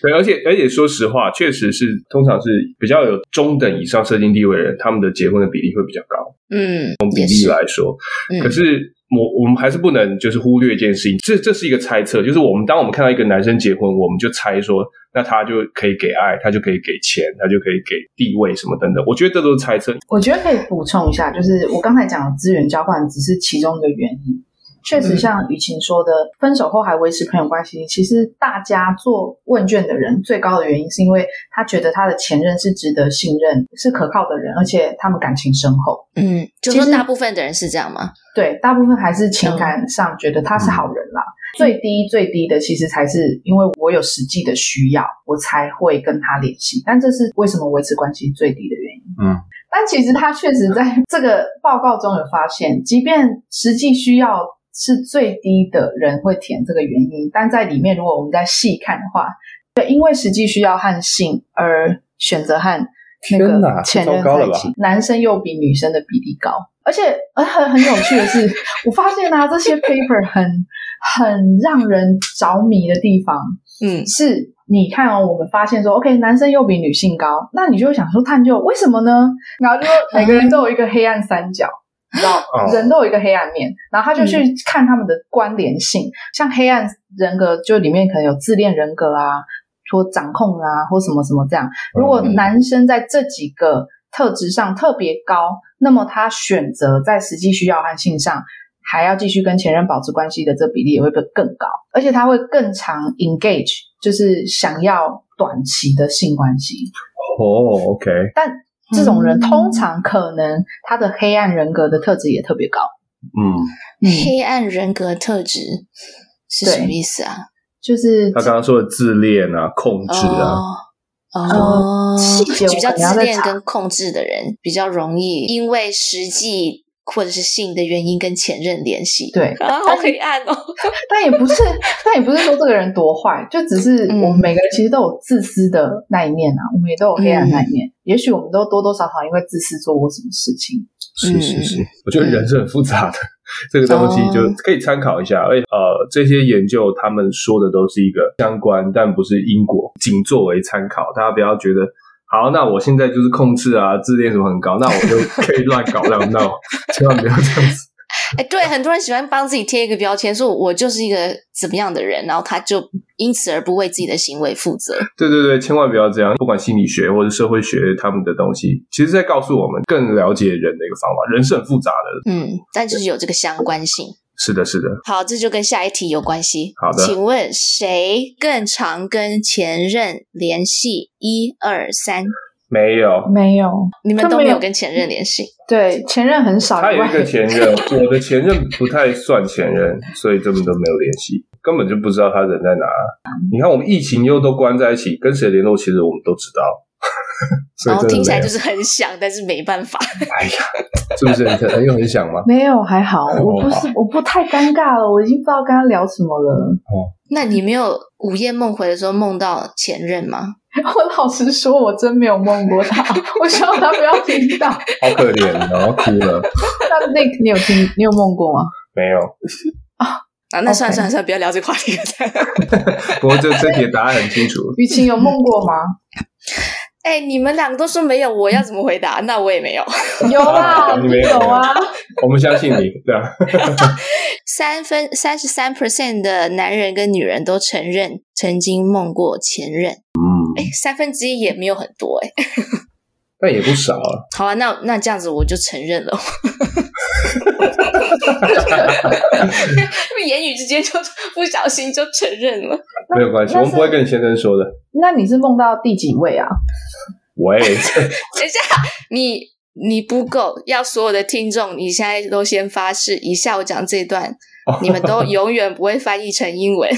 S5: 对，而且而且，说实话，确实是通常是比较有中等以上社经地位的人，他们的结婚的比例会比较高。
S2: 嗯，
S5: 比
S2: 也
S5: 例
S2: 是，
S5: 来说，
S2: 嗯
S5: 可是我我们还是不能就是忽略一件事情，这这是一个猜测，就是我们当我们看到一个男生结婚，我们就猜说，那他就可以给爱，他就可以给钱，他就可以给地位什么等等。我觉得这都是猜测。
S4: 我觉得可以补充一下，就是我刚才讲的资源交换只是其中一个原因。确实，像雨晴说的，分手后还维持朋友关系，其实大家做问卷的人最高的原因是因为他觉得他的前任是值得信任、是可靠的人，而且他们感情深厚。
S2: 嗯，就
S4: 其
S2: 说
S4: 实
S2: 大部分的人是这样吗？
S4: 对，大部分还是情感上觉得他是好人啦。最低最低的，其实才是因为我有实际的需要，我才会跟他联系。但这是为什么维持关系最低的原因。
S5: 嗯，
S4: 但其实他确实在这个报告中有发现，即便实际需要是最低的人会填这个原因，但在里面如果我们再细看的话，对，因为实际需要和性而选择和那
S5: 天
S4: 个
S5: 哪
S4: 前
S5: 这
S4: 任
S5: 糟糕
S4: 在
S5: 了
S4: 一
S5: 吧
S4: 起，男生又比女生的比例高。而且呃很很有趣的是，我发现啊，这些 paper 很很让人着迷的地方，
S2: 嗯，
S4: 是你看哦，我们发现说，OK，男生又比女性高，那你就会想说探究为什么呢？然后就说每个人都有一个黑暗三角。你知道
S5: 哦
S4: 人都有一个黑暗面，然后他就去看他们的关联性，像黑暗人格就里面可能有自恋人格啊、说掌控啊，或什么什么这样。如果男生在这几个特质上特别高，那么他选择在实际需要和性上还要继续跟前任保持关系的这比例也会更高，而且他会更常 engage，就是想要短期的性关系。
S5: 哦，OK，
S4: 但这种人通常可能他的黑暗人格的特质也特别高。
S5: 嗯，
S2: 黑暗人格特质是什么意思啊？
S4: 就是
S5: 他刚刚说的自恋啊、控制啊，
S2: 哦哦，
S4: 细节我
S2: 比较
S4: 可能要
S2: 自
S4: 再
S2: 恋
S4: 查
S2: 跟控制的人比较容易因为实际或者是性的原因跟前任联系。
S4: 对，
S2: 啊，好黑暗哦！
S4: 但也不是，但也不是说这个人多坏，就只是
S2: 嗯
S4: 我们每个人其实都有自私的那一面啊，我们也都有黑暗的那一面。也许我们都多多少少因为自私做过什么事情。
S5: 是是是，哦
S2: 嗯
S5: 我觉得人是很复杂的， *laughs* 这个东西就可以参考一下。而且呃，这些研究他们说的都是一个相关，但不是因果，仅作为参考，大家不要觉得。好，那我现在就是控制啊，自恋什么很高，那我就可以乱搞乱闹， *laughs* 千万不要这样子。
S2: 哎，对，很多人喜欢帮自己贴一个标签，说我就是一个怎么样的人，然后他就因此而不为自己的行为负责。
S5: 对对对，千万不要这样。不管心理学或者社会学，他们的东西其实在告诉我们更了解人的一个方法。人是很复杂的，
S2: 嗯，但就是有这个相关性。
S5: 是的，是的。
S2: 好，这就跟下一题有关系。
S5: 好的
S2: 请问谁更常跟前任联系？一二三，
S5: 没有，
S4: 没有，
S2: 你们
S4: 他
S2: 都没
S4: 没
S2: 有
S4: 有
S2: 跟前任联系。
S4: 对前任很少
S5: 他
S4: 以
S5: 有
S4: 外
S5: 一，个前任，
S2: *laughs*
S5: 我的前任不太算前任，所以根本都没有联系，根本就不知道他人在哪。你看，我们疫情又都关在一起，跟谁联络，其实我们都知道。 *laughs* 所
S2: 然
S5: 以
S2: 后
S5: 真
S2: 哦听
S5: 的
S2: 起
S5: 没
S2: 来
S5: 有，哎
S2: 就是很想，但是没办法。
S5: 是不是很很有很想吗？
S4: 没有还好，
S5: *laughs*
S4: 我不是
S5: 好
S4: 我不太尴尬了，我已经不知道跟他聊什么了。
S2: 那你没有午夜梦回的时候梦到前任吗？
S4: *laughs* 我老实说，我真没有梦过他，我希望他不要听到。
S5: 好可怜，然后哭了。 *laughs*
S4: 那那你有听你有梦过吗？
S5: 没有，
S2: 啊，那算了
S4: OK
S2: 算了算了，不要聊这个话题了。
S5: 不过这这题的答案很清楚。
S4: 雨晴有梦
S5: *laughs*
S4: 过吗？
S2: 哎，你们两个都说没有，我要怎么回答？那我也没有。
S4: 有啦，
S5: 你
S4: 你
S5: 没有
S4: 有啊。
S5: 我们相信你，对吧？ *laughs*
S2: 三分三十三 percent 的男人跟女人都承认曾经梦过前任。
S5: 嗯，
S2: 哎，三分之一也没有很多哎。
S5: 但也不少啊。
S2: 好啊，那那这样子我就承认了， *laughs* 因为言语之间就不小心就承认了。
S4: 那
S5: 没有关系，
S4: 那
S5: 我
S4: 是
S5: 们不会跟你先生说的。
S4: 那你是梦到第几位啊？
S5: 喂， *laughs*
S2: 等一下，你你不够，要所有的听众，你现在都先发誓，以下我讲这段，你们都永远不会翻译成英文。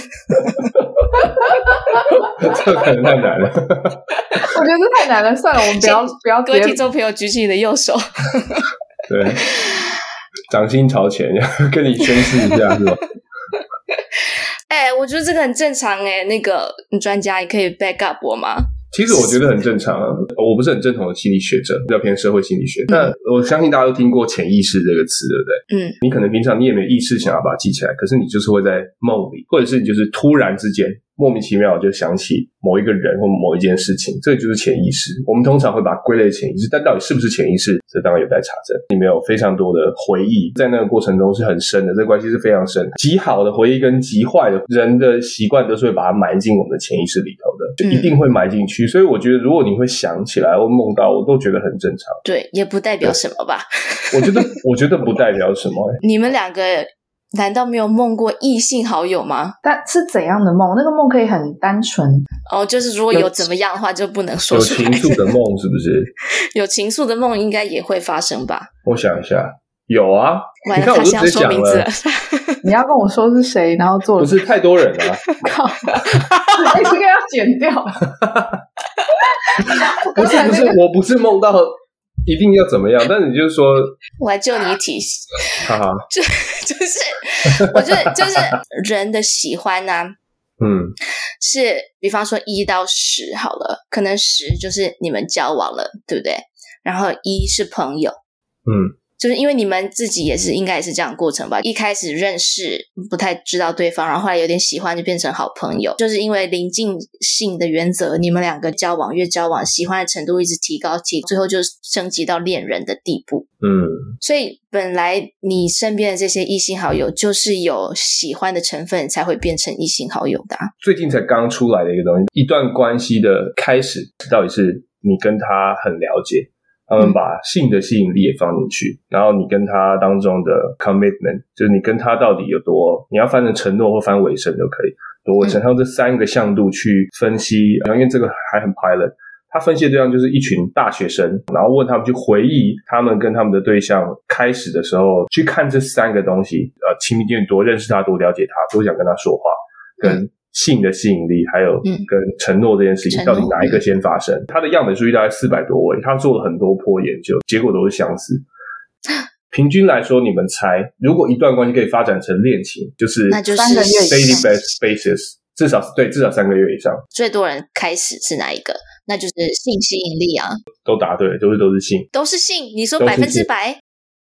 S5: 这可能太难了。
S4: 我觉得这太难了，算了，我们不要不要
S2: 各
S4: 直
S2: 位听
S4: 接。
S2: 众朋友，举起你的右手。
S5: 对，
S2: *laughs*
S5: 掌心朝前， *laughs* 跟你宣誓一下是吧？
S2: 哎、我觉得这个很正常哎、那个专家，你可以 back up 我吗？
S5: 其实我觉得很正常，啊，我不是很正统的心理学者，比较偏社会心理学。但我相信大家都听过潜意识这个词，对不对？
S2: 嗯，
S5: 你可能平常你也没意识想要把它记起来，可是你就是会在梦里，或者是你就是突然之间莫名其妙就想起某一个人或某一件事情，这就是潜意识。我们通常会把它归类潜意识，但到底是不是潜意识，这当然有待查证。里面有非常多的回忆，在那个过程中是很深的，这个关系是非常深的。极好的回忆跟极坏的人的习惯都是会把它埋进我们的潜意识里头的，就一定会埋进去。所以我觉得，如果你会想起来或梦到，我都觉得很正常。
S2: 对，也不代表什么吧。
S5: 我觉得，我觉得不代表什么、欸。
S2: 你们两个难道没有梦过异性好友吗？
S4: 但是怎样的梦？那个梦可以很单纯，
S2: 哦，就是如果
S5: 有
S2: 有怎么样的话，就不能说
S5: 有
S2: 出
S5: 情
S2: 来。
S5: 愫的梦是不是？
S2: 有情愫的梦应该也会发生吧？
S5: 我想一下，有啊。
S2: 完
S5: 你
S2: 了，
S5: 看，我
S2: 他
S5: 就是
S2: 要
S5: 直接
S2: 说
S5: 讲
S2: 名字
S5: 了。
S2: 了，
S4: 你要跟我说是谁，然后做
S5: 不
S4: 了
S5: 是太多人
S2: *laughs*
S5: 啊了、
S4: 靠， *laughs* 这个要剪掉。
S5: 不是不是，我不是梦到一定要怎么样，但你就说，
S2: 我还救你一题， *laughs*
S5: 哈哈，
S2: 就是我觉得就是人的喜欢呢、
S5: 嗯，
S2: 是比方说一到十好了，可能十就是你们交往了，对不对？然后一是朋友，
S5: 嗯，
S2: 就是因为你们自己也是应该也是这样的过程吧？一开始认识不太知道对方，然后后来有点喜欢，就变成好朋友。就是因为临近性的原则，你们两个交往越交往，喜欢的程度一直提高，提最后就升级到恋人的地步。
S5: 嗯，
S2: 所以本来你身边的这些异性好友，就是有喜欢的成分才会变成异性好友的、啊。
S5: 最近才刚出来的一个东西，一段关系的开始到底是你跟他很了解，他
S2: 嗯
S5: 们把性的吸引力也放进去，然后你跟他当中的 commitment，就是你跟他到底有多，你要翻成承诺或翻尾声都可以，
S2: 嗯
S5: 多尾声，它用这三个向度去分析，然后因为这个还很 pilot。他分析的对象就是一群大学生，然后问他们去回忆他们跟他们的对象开始的时候，去看这三个东西，呃，亲密度多，认识他多，了解他多，想跟他说话，跟性的吸引力，还有
S2: 嗯
S5: 跟承诺这件事
S2: 承
S5: 情，到
S2: 诺
S5: 底哪一个先发生？他的样本数据大概四百多位，他做了很多波研究，结果都是相
S2: *laughs*
S5: 似。平均来说，你们猜，如果一段关系可以发展成恋情，就是
S2: 那就是
S4: 三个月以上
S5: daily bas- basis，至少对至少三个月以上。
S2: 最多人开始是哪一个？那就是性吸引力啊，
S5: 都答对了，就是都是性，
S2: 都是性。你说
S5: 都是
S2: 百分
S5: 性
S2: 之百？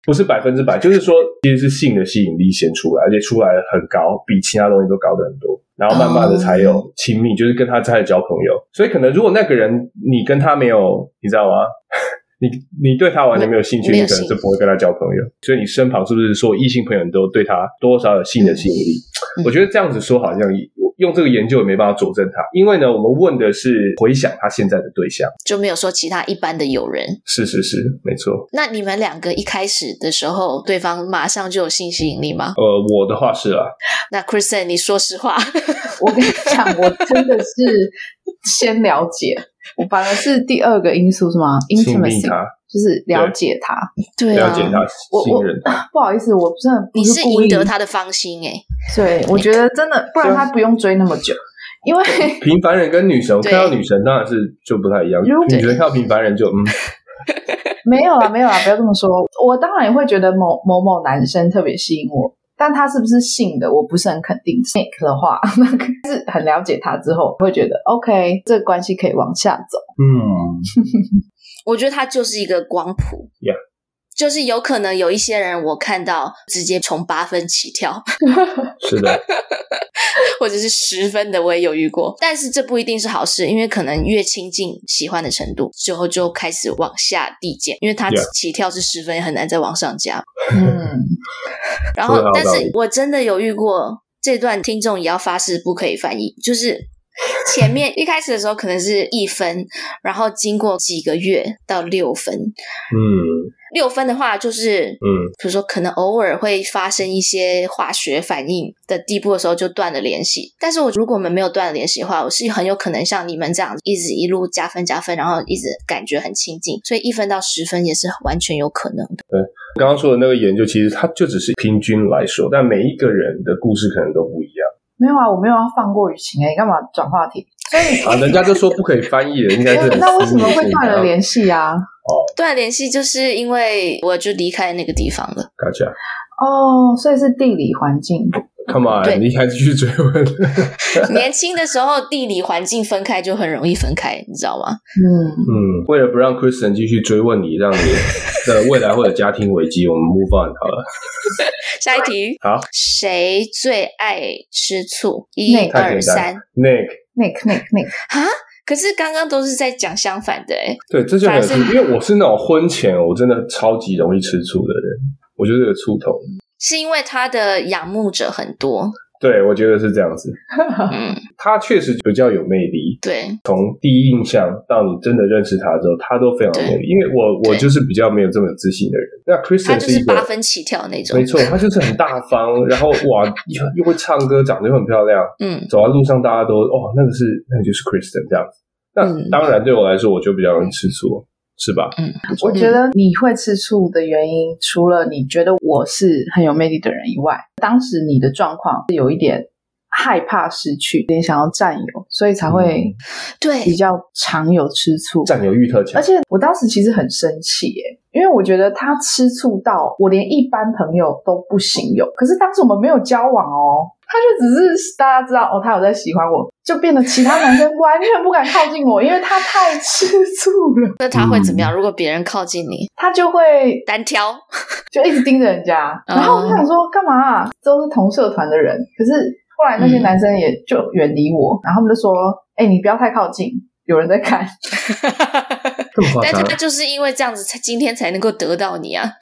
S5: 不是百分之百，就是说其实是性的吸引力先出来，而且出来的很高，比其他东西都高的很多。然后慢慢的才
S2: 哦
S5: 有亲密，就是跟他在交朋友。所以可能如果那个人你跟他没有，你知道吗？ *laughs* 你你对他完全没有兴趣，
S2: 没有
S5: 你可能
S2: 兴趣
S5: 是不会跟他交朋友。所以你身旁是不是所有异性朋友你都对他多少有性的吸引力？
S2: 嗯
S5: 我觉得这样子说好像用这个研究也没办法佐证他，因为呢，我们问的是回想他现在的对象。
S2: 就没有说其他一般的友人。
S5: 是是是，没错。
S2: 那你们两个一开始的时候，对方马上就有性吸引力吗？
S5: 呃，我的话是啊，
S2: 那 Kristen，你说实话，
S4: 我跟你讲，我真的是先了解，我反而是第二个因素是吗
S5: 亲密
S4: ？intimacy
S5: 他，
S4: 就是了解他。
S2: 对
S5: 了
S2: 啊
S5: 解，他，
S4: 我
S5: 信任他。
S4: 不好意思，我真的不
S2: 你是
S4: 故意
S2: 赢得，他的芳心哎、
S4: 对我觉得真的，不然
S5: 啊
S4: 他不用追那么久，因为
S5: 平凡人跟女神，我
S2: 对
S5: 看到女神当然是就不太一样。
S4: 如果
S5: 女神看到平凡人就嗯，
S4: 没有啦，啊没有啦，不要这么说。我当然也会觉得某某某男生特别吸引我，但他是不是性的，我不是很肯定。Nick 的话， *laughs* 那个是很了解他之后，会觉得 OK，这个关系可以往下
S5: *laughs*
S4: 走。
S5: 嗯，
S2: 我觉得它就是一个光谱
S5: Yeah
S2: 就是有可能有一些人，我看到直接从八分起跳， *laughs*
S5: 是的， *laughs* 嗯
S2: 或者是十分的，我也有遇过。但是这不一定是好事，因为可能越亲近喜欢的程度，之后就开始往下递减，因为它
S5: Yeah
S2: 起跳是十分，也很难再往上加。
S4: 嗯，
S2: 然
S5: 说
S2: 后
S5: 得好，
S2: 但
S5: 道理
S2: 是我真的有遇过这段，听众也要发誓不可以翻译，就是。前面一开始的时候可能是一分，然后经过几个月到六分，
S5: 嗯
S2: 六分的话就是
S5: 嗯，
S2: 比如说可能偶尔会发生一些化学反应的地步的时候，就断了联系。但是我如果我们没有断了联系的话，我是很有可能像你们这样一直一路加分加分，然后一直感觉很亲近，所以一分到十分也是完全有可能的。
S5: 刚刚说的那个研究，其实它就只是平均来说，但每一个人的故事可能都不一样
S4: 没有啊，我没有要放过雨晴哎，你干嘛转话题？
S5: 啊。人家就说不可以翻译了，应该是很
S4: *laughs* 那为什么
S5: 私密
S4: 会
S5: 性
S4: 断了
S5: 啊
S4: 联系啊？
S2: 断了联系就是因为我就离开那个地方了，
S5: ？Gotcha
S4: 哦，所以是地理环境。
S5: Come on，
S2: 对
S5: 你一开始去追问， *laughs*
S2: 年轻的时候地理环境分开就很容易分开，你知道吗？
S4: 嗯，
S5: 嗯，为了不让 Kristen 继续追问你，让你的未来会有家庭危机，我们 move on 好了。
S2: 下一题，
S5: 好，
S2: 谁最爱吃醋？一
S4: 那
S5: 太
S2: 二
S5: 简单
S2: 三
S5: 了，Nick，
S4: 那个那个那个，
S2: 啊！可是刚刚都是在讲相反的欸诶
S5: 对，这就很有趣
S2: 反而，是
S5: 因为我是那种婚前我真的超级容易吃醋的人，我就是个醋桶。
S2: 是因为他的仰慕者很
S5: *laughs*
S2: 多，
S5: 对，我觉得是这样子。
S2: 嗯，
S5: 他确实比较有魅力，
S2: 对，
S5: 从第一印象到你真的认识他之后，他都非常有魅力。因为我我
S2: 对
S5: 就是比较没有这么有自信的人。那
S2: 他
S5: Kristen
S2: 就是
S5: 一个
S2: 八分起跳那种，
S5: 没错，他就是很大方，然后哇，又又会唱歌，长得又很漂亮，
S2: 嗯，
S5: 走在路上大家都哦，那个是那个就是 Kristen 这样子。那、
S2: 嗯
S5: 当然对我来说，我就比较容易吃醋，是吧？
S4: 我
S5: 嗯
S4: 觉得你会吃醋的原因，除了你觉得我是很有魅力的人以外，当时你的状况是有一点害怕失去，有点想要占有，所以才会比
S2: 对，
S4: 较常有吃醋。
S5: 嗯占有欲特强
S4: 而，且我当时其实很生气耶，因为我觉得他吃醋到我连一般朋友都不行有。可是当时我们没有交往哦，他就只是大家知道哦，他有在喜欢我，就变得其他男生完全不敢靠近我，因为他太吃醋了，
S2: 那他会怎
S5: 嗯
S2: 么样？如果别人靠近你，
S4: 他就会
S2: 单挑，
S5: *laughs*
S4: 就一直盯着人家。
S2: 嗯
S4: 然后我就想说，干嘛、啊？都是同社团的人，可是后来那些男生也就远离我，然后他们就说：“哎、你不要太靠近，有人
S2: *laughs*
S4: 在看。
S5: 这么夸
S2: 但
S5: 张？
S2: 他就是因为这样子，才今天才能够得到你啊。 *laughs*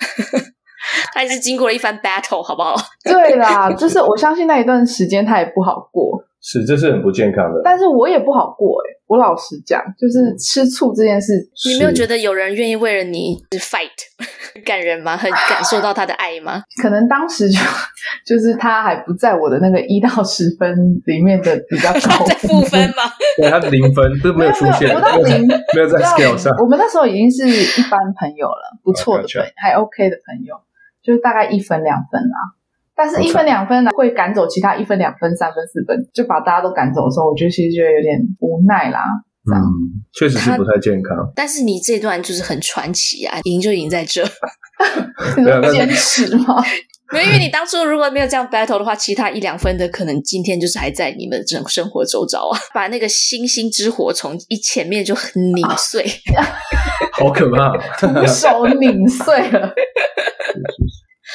S2: 他也是经过了一番 battle，好不好？”
S4: 对啦，就是我相信那一段时间他也不好过，
S5: 是，这是很不健康的。
S4: 但是我也不好过、欸。我老实讲，就是吃醋这件事，
S2: 你没有
S5: 是
S2: 觉得有人愿意为了你 fight 感人吗？ *laughs* 很感受到他的爱吗？
S4: 可能当时就 *laughs* 就是他还不在我的那个一到十分里面的比较高
S2: *laughs* *laughs* 在负分吗？
S5: 对他零分，都没有出现，
S4: 不到零，
S5: 没有在
S4: 不到
S5: scale 上哦
S4: 零。我们那时候已经是一般朋友了，不错的朋友，还 OK 的朋友，就是大概一分两分啊。但是，一分两分呢，会赶走其他一分两分、三分四分，就把大家都赶走的时候，我觉得其实觉得有点无奈啦。
S5: 嗯，确实是不太健康。
S2: 但是你这段就是很传奇啊，赢就赢在 *laughs* 这。
S4: 你 *laughs*
S5: 对啊但
S4: 说
S5: 是
S4: 坚持吗？
S2: 没有，因为你当初如果没有这样 battle 的话，其他一两分的可能今天就是还在你们整个生活周遭啊， *laughs* 把那个星星之火从一前面就很拧 *laughs* 碎。
S5: 好可怕！
S4: 徒手拧碎了。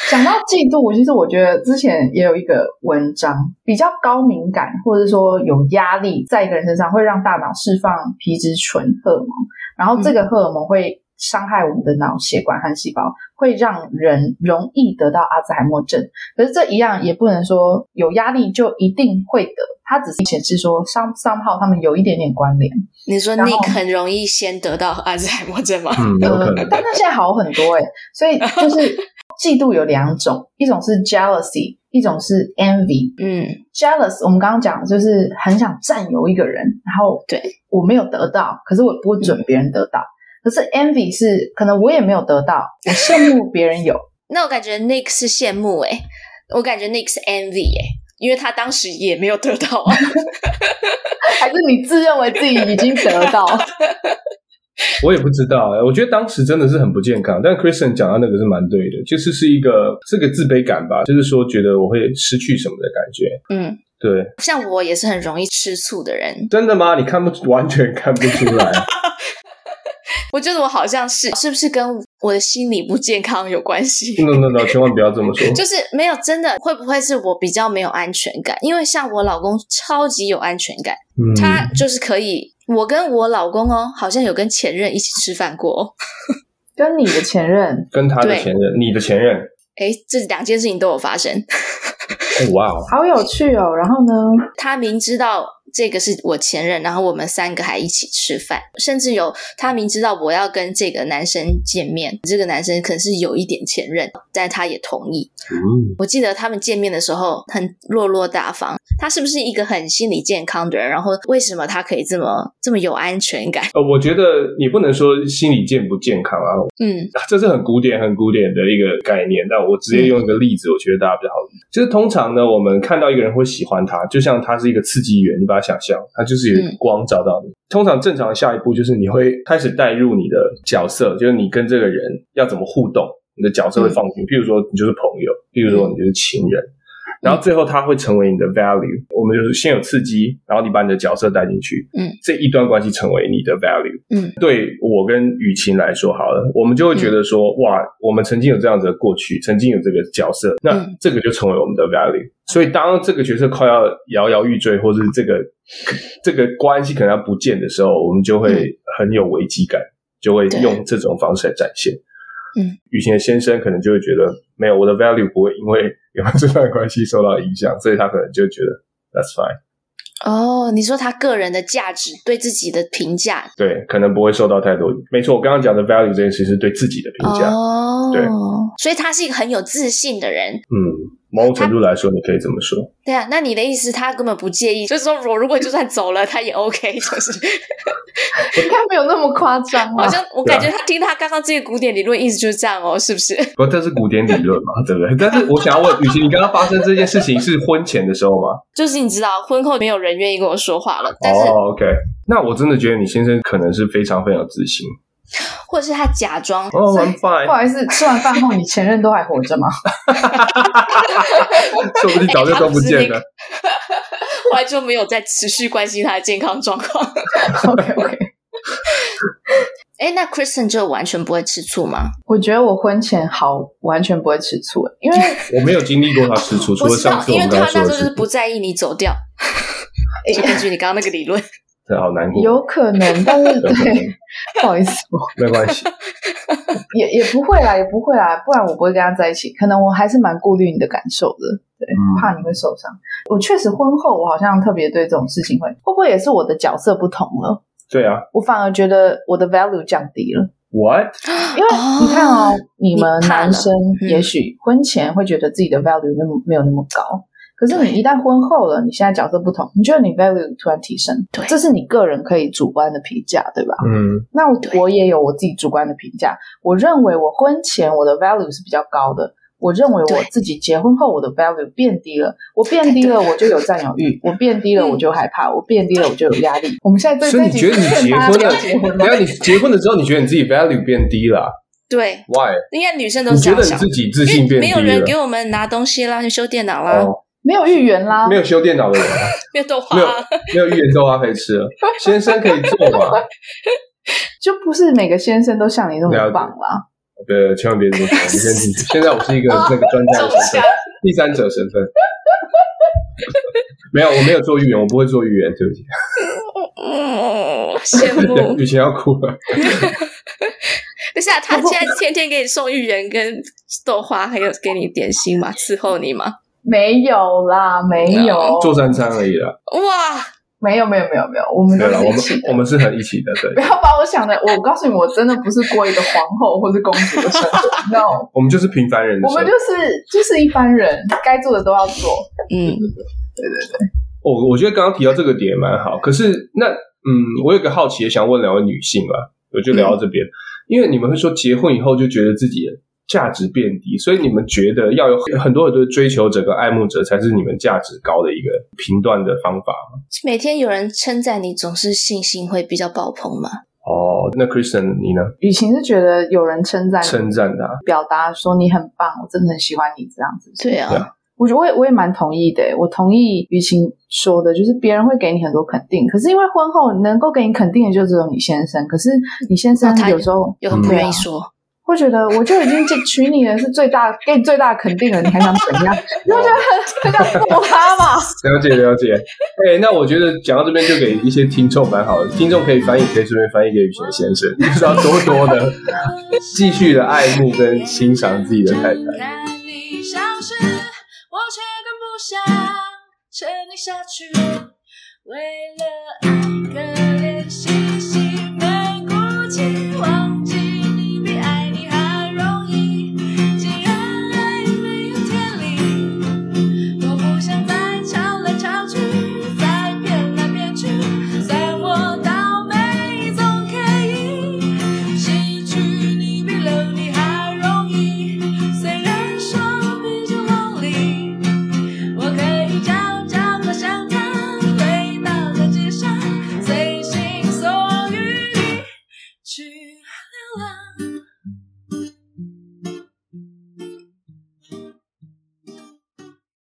S4: 讲到嫉妒，其实我觉得之前也有一个文章，比较高敏感或者说有压力，在一个人身上会让大脑释放皮质醇荷尔蒙，然后这个荷尔蒙会伤害我们的脑血管和细胞，会让人容易得到阿兹海默症。可是这一样也不能说有压力就一定会得，它只是显示说商商号他们有一点点关联。
S2: 你说
S4: 然后
S2: Nick 很容易先得到阿兹海默症吗？
S5: 嗯，有可能
S4: 呃，。但他现在好很多哎、所以就是 *laughs* 嫉妒有两种，一种是 jealousy，一种是 envy。
S2: 嗯，
S4: jealous 我们刚刚讲的就是很想占有一个人，然后
S2: 对
S4: 我没有得到，可是我不准别人得到。可是 envy 是可能我也没有得到，我羡慕别人有，
S2: 那我感觉 Nick 是羡慕诶、我感觉 Nick 是 envy 诶、因为他当时也没有得到 *laughs* 啊。
S4: *laughs* 还是你自认为自己已经得到？
S5: 我也不知道哎、我觉得当时真的是很不健康。但 Kristen 讲到那个是蛮对的，就是是一个这个自卑感吧，就是说觉得我会失去什么的感觉。
S2: 嗯，
S5: 对，
S2: 像我也是很容易吃醋的人，
S5: 真的吗？你看不完全看不出来， *laughs*
S2: 我觉得我好像是，是不是跟我的心理不健康有关系？
S5: no no no，千万不要这么说。
S2: 就是没有真的，会不会是我比较没有安全感？因为像我老公超级有安全感，
S5: 嗯，
S2: 他就是可以，我跟我老公哦，好像有跟前任一起吃饭过、哦。
S4: *laughs* 跟你的前任
S5: 跟他的
S2: 对
S5: 前任，你的前任，
S2: 诶，这两件事情都有发生。 *laughs*
S5: 哦哇哦，
S4: 好有趣哦。然后呢，
S2: 他明知道这个是我前任，然后我们三个还一起吃饭，甚至有他明知道我要跟这个男生见面，这个男生可能是有一点前任，但他也同意。
S5: 嗯
S2: 我记得他们见面的时候很落落大方，他是不是一个很心理健康的人？然后为什么他可以这么这么有安全感？
S5: 呃，我觉得你不能说心理健不健康啊，
S2: 嗯，
S5: *laughs* 这是很古典、很古典的一个概念，但我直接用一个例子，我觉得大家比较好理解。就是通常呢，我们看到一个人会喜欢他，就像他是一个刺激源，你把它想象，他就是有一个光照到你。通常正常的下一步就是你会开始带入你的角色，就是你跟这个人要怎么互动，你的角色会放进。譬如说，你就是朋友，譬如说你就是情人。然后最后他会成为你的 value，我们就是先有刺激，然后你把你的角色带进去，
S2: 嗯，
S5: 这一段关系成为你的 value，
S2: 嗯，
S5: 对我跟雨晴来说好了，我们就会觉得说，
S2: 嗯
S5: 哇，我们曾经有这样子的过去，曾经有这个角色，那
S2: 嗯
S5: 这个就成为我们的 value。所以当这个角色快要摇摇欲坠，或是这个这个关系可能要不见的时候，我们就会
S2: 嗯
S5: 很有危机感，就会
S2: 对
S5: 用这种方式来展现。
S2: 嗯，
S5: 雨晴的先生可能就会觉得，没有我的 value 不会因为有没有这段关系受到影响，所以他可能就觉得 that's fine，
S2: 哦，你说他个人的价值对自己的评价
S5: 对，可能不会受到太多。没错，我刚刚讲的 value 这件事是对自己的评价，
S2: 哦，
S5: 对，
S2: 所以他是一个很有自信的人，
S5: 嗯，某种程度来说，你可以这么说。
S2: 对啊，那你的意思他根本不介意，就是说我如果就算走了，他也 OK，就是
S4: 应该没有那么夸张吧
S2: 好？像我感觉他听他刚刚这个古典理论意思就是这样哦，是不是？ *laughs*
S5: 不，这是古典理论嘛，对不对？但是我想要问，雨晴，你刚刚发生这件事情是婚前的时候吗？
S2: 就是你知道婚后没有人愿意跟我说话了，但是、
S5: 哦，OK，那我真的觉得你先生可能是非常非常有自信。
S2: 或者是他假装
S5: 哦、i m
S4: 不
S5: fine，
S4: 好意思，吃完饭后你前任都还 *laughs* 活着吗？
S5: *laughs*
S2: 哎 *laughs*
S5: 说不定早就都不见了。
S2: 后来就没有再持续关心他的健康状况。
S4: OK OK，
S2: *laughs* 哎，那 Kristen 就完全不会吃醋吗？
S4: 我觉得我婚前好完全不会吃醋，因为
S5: 我没有经历过他吃醋，除
S2: 我
S5: 了
S2: 知
S5: 上
S2: 道，
S5: 次
S2: 因
S5: 我
S2: 为
S5: 们
S2: 他
S5: 刚才
S2: 那时候
S5: 说
S2: 就
S5: 的
S2: 是
S5: 是，
S2: 不在意你走 *laughs* 掉，就根据你刚刚那个理论，
S5: 真的好难过，
S4: 有可能，但是
S5: 有可能
S4: 对，不好意思，我
S5: 没关系，
S4: 也也不会啦，也不会啦，不然我不会跟他在一起。可能我还是蛮顾虑你的感受的，对，
S5: 嗯
S4: 怕你会受伤。我确实婚后，我好像特别对这种事情会，会不会也是我的角色不同了？
S5: 对啊
S4: 我反而觉得我的 value 降低了，
S5: ，What？
S4: 因为你看哦，你们
S2: 你怕了
S4: 男生
S2: 嗯
S4: 也许婚前会觉得自己的 value 那么没有那么高，可是你一旦婚后了，你现在角色不同，你觉得你 value 突然提升，
S2: 对
S4: 这是你个人可以主观的评价，对吧？
S5: 嗯，
S4: 那
S2: 对
S4: 我也有我自己主观的评价，我认为我婚前我的 value 是比较高的，我认为
S2: 对哎
S4: 我自己结婚后我的 value 变低了，我变低了我就有占有欲，我变低了
S2: 嗯
S4: 我就害怕，我变低了我就有压力。我们现在
S5: 所
S4: 最
S5: 以你觉得你结
S4: 啊
S5: 婚了？等一下你结婚了之后，你觉得你自己 value 变低了
S2: 对，
S5: ？Why？
S2: 应该女生都
S5: 你
S2: 是这
S5: 觉得
S2: 样
S5: 你
S2: 想。
S5: 自己自
S2: 因
S5: 信
S2: 为
S5: 变
S2: 没
S5: 低
S2: 有人给
S5: 了？
S2: 我们拿东西啦，去修电脑啦，
S5: 哦，
S4: 没有芋圆啦
S5: 没，有修电脑的人啊，
S2: 没有豆花
S5: 没有
S2: 啊，
S5: 没有预言豆花可以吃了，先生可以做嘛？
S4: 就不是每个先生都像你那
S5: 了
S4: 么
S5: 解
S4: 棒啦。
S5: 对，千万别这么说，你先自己。现在我是一个
S2: 哦
S5: 那个专家的
S2: 中
S5: 身份
S2: 枪，。
S5: 第三者身份。没有，我没有做预言，我不会做预言，对不起。。
S2: 嗯，羡慕
S5: *laughs* 雨晴要哭了，
S2: 等一下， *laughs* 他现在天天给你送芋圆跟豆花，还有给你点心嘛，伺候你嘛。
S4: 没有啦，没有，
S5: 做三餐而已啦。
S2: 哇，
S4: 没有，没有，没有，没有，我们
S5: 没
S4: 都
S5: 有啦，
S4: 是
S5: 我
S4: 一
S5: 们
S4: 起的
S5: 我。们是很一起的，对
S4: 不，要把我想的，我告诉你，我真的不是过一个皇后或是公主的生
S5: *laughs*
S4: 活，no，
S5: 我们就是平凡人的
S4: 我
S5: 生活
S4: 们就。是就是一般人，该做的都要做。
S2: 嗯，
S5: 哦我我觉得刚刚提到这个点也蛮好，可是那嗯，我有个好奇也想问两位女性吧，我就聊到这边，因为你们会说结婚以后就觉得自己的价值变低，所以你们觉得要有很多很多的追求者跟爱慕者才是你们价值高的一个评断的方法。
S2: 每天有人称赞你，总是信心会比较爆棚嘛。
S5: 哦，那 Kristen 你呢？
S4: 雨晴是觉得有人称赞
S5: 称
S4: 你，
S5: 赞他，
S4: 表达说你很棒，我真的很喜欢你这样子。
S2: 对啊，
S5: 对
S4: 我觉得我也我也蛮同意的，我同意雨晴说的，就是别人会给你很多肯定，可是因为婚后能够给你肯定的就只有你先生，可是你先生
S5: 哦
S2: 那他
S4: 有时候
S2: 又很不
S4: 对啊
S2: 愿意说。
S4: 会觉得我就已经进娶你了，是最大给你最大的肯定了，你还想怎样？ *laughs* 你会觉得很 *laughs* 很想揍他嘛？
S5: 了解了解。哎、那我觉得讲到这边就给一些听众蛮好的，听众可以翻译，可以顺便翻译给雨贤先生， *laughs* 就是要多多
S1: *laughs*
S5: 的继续的爱慕跟欣赏自己的太太。
S1: 看你消失，我却更不想沉溺下去。为了爱可怜的心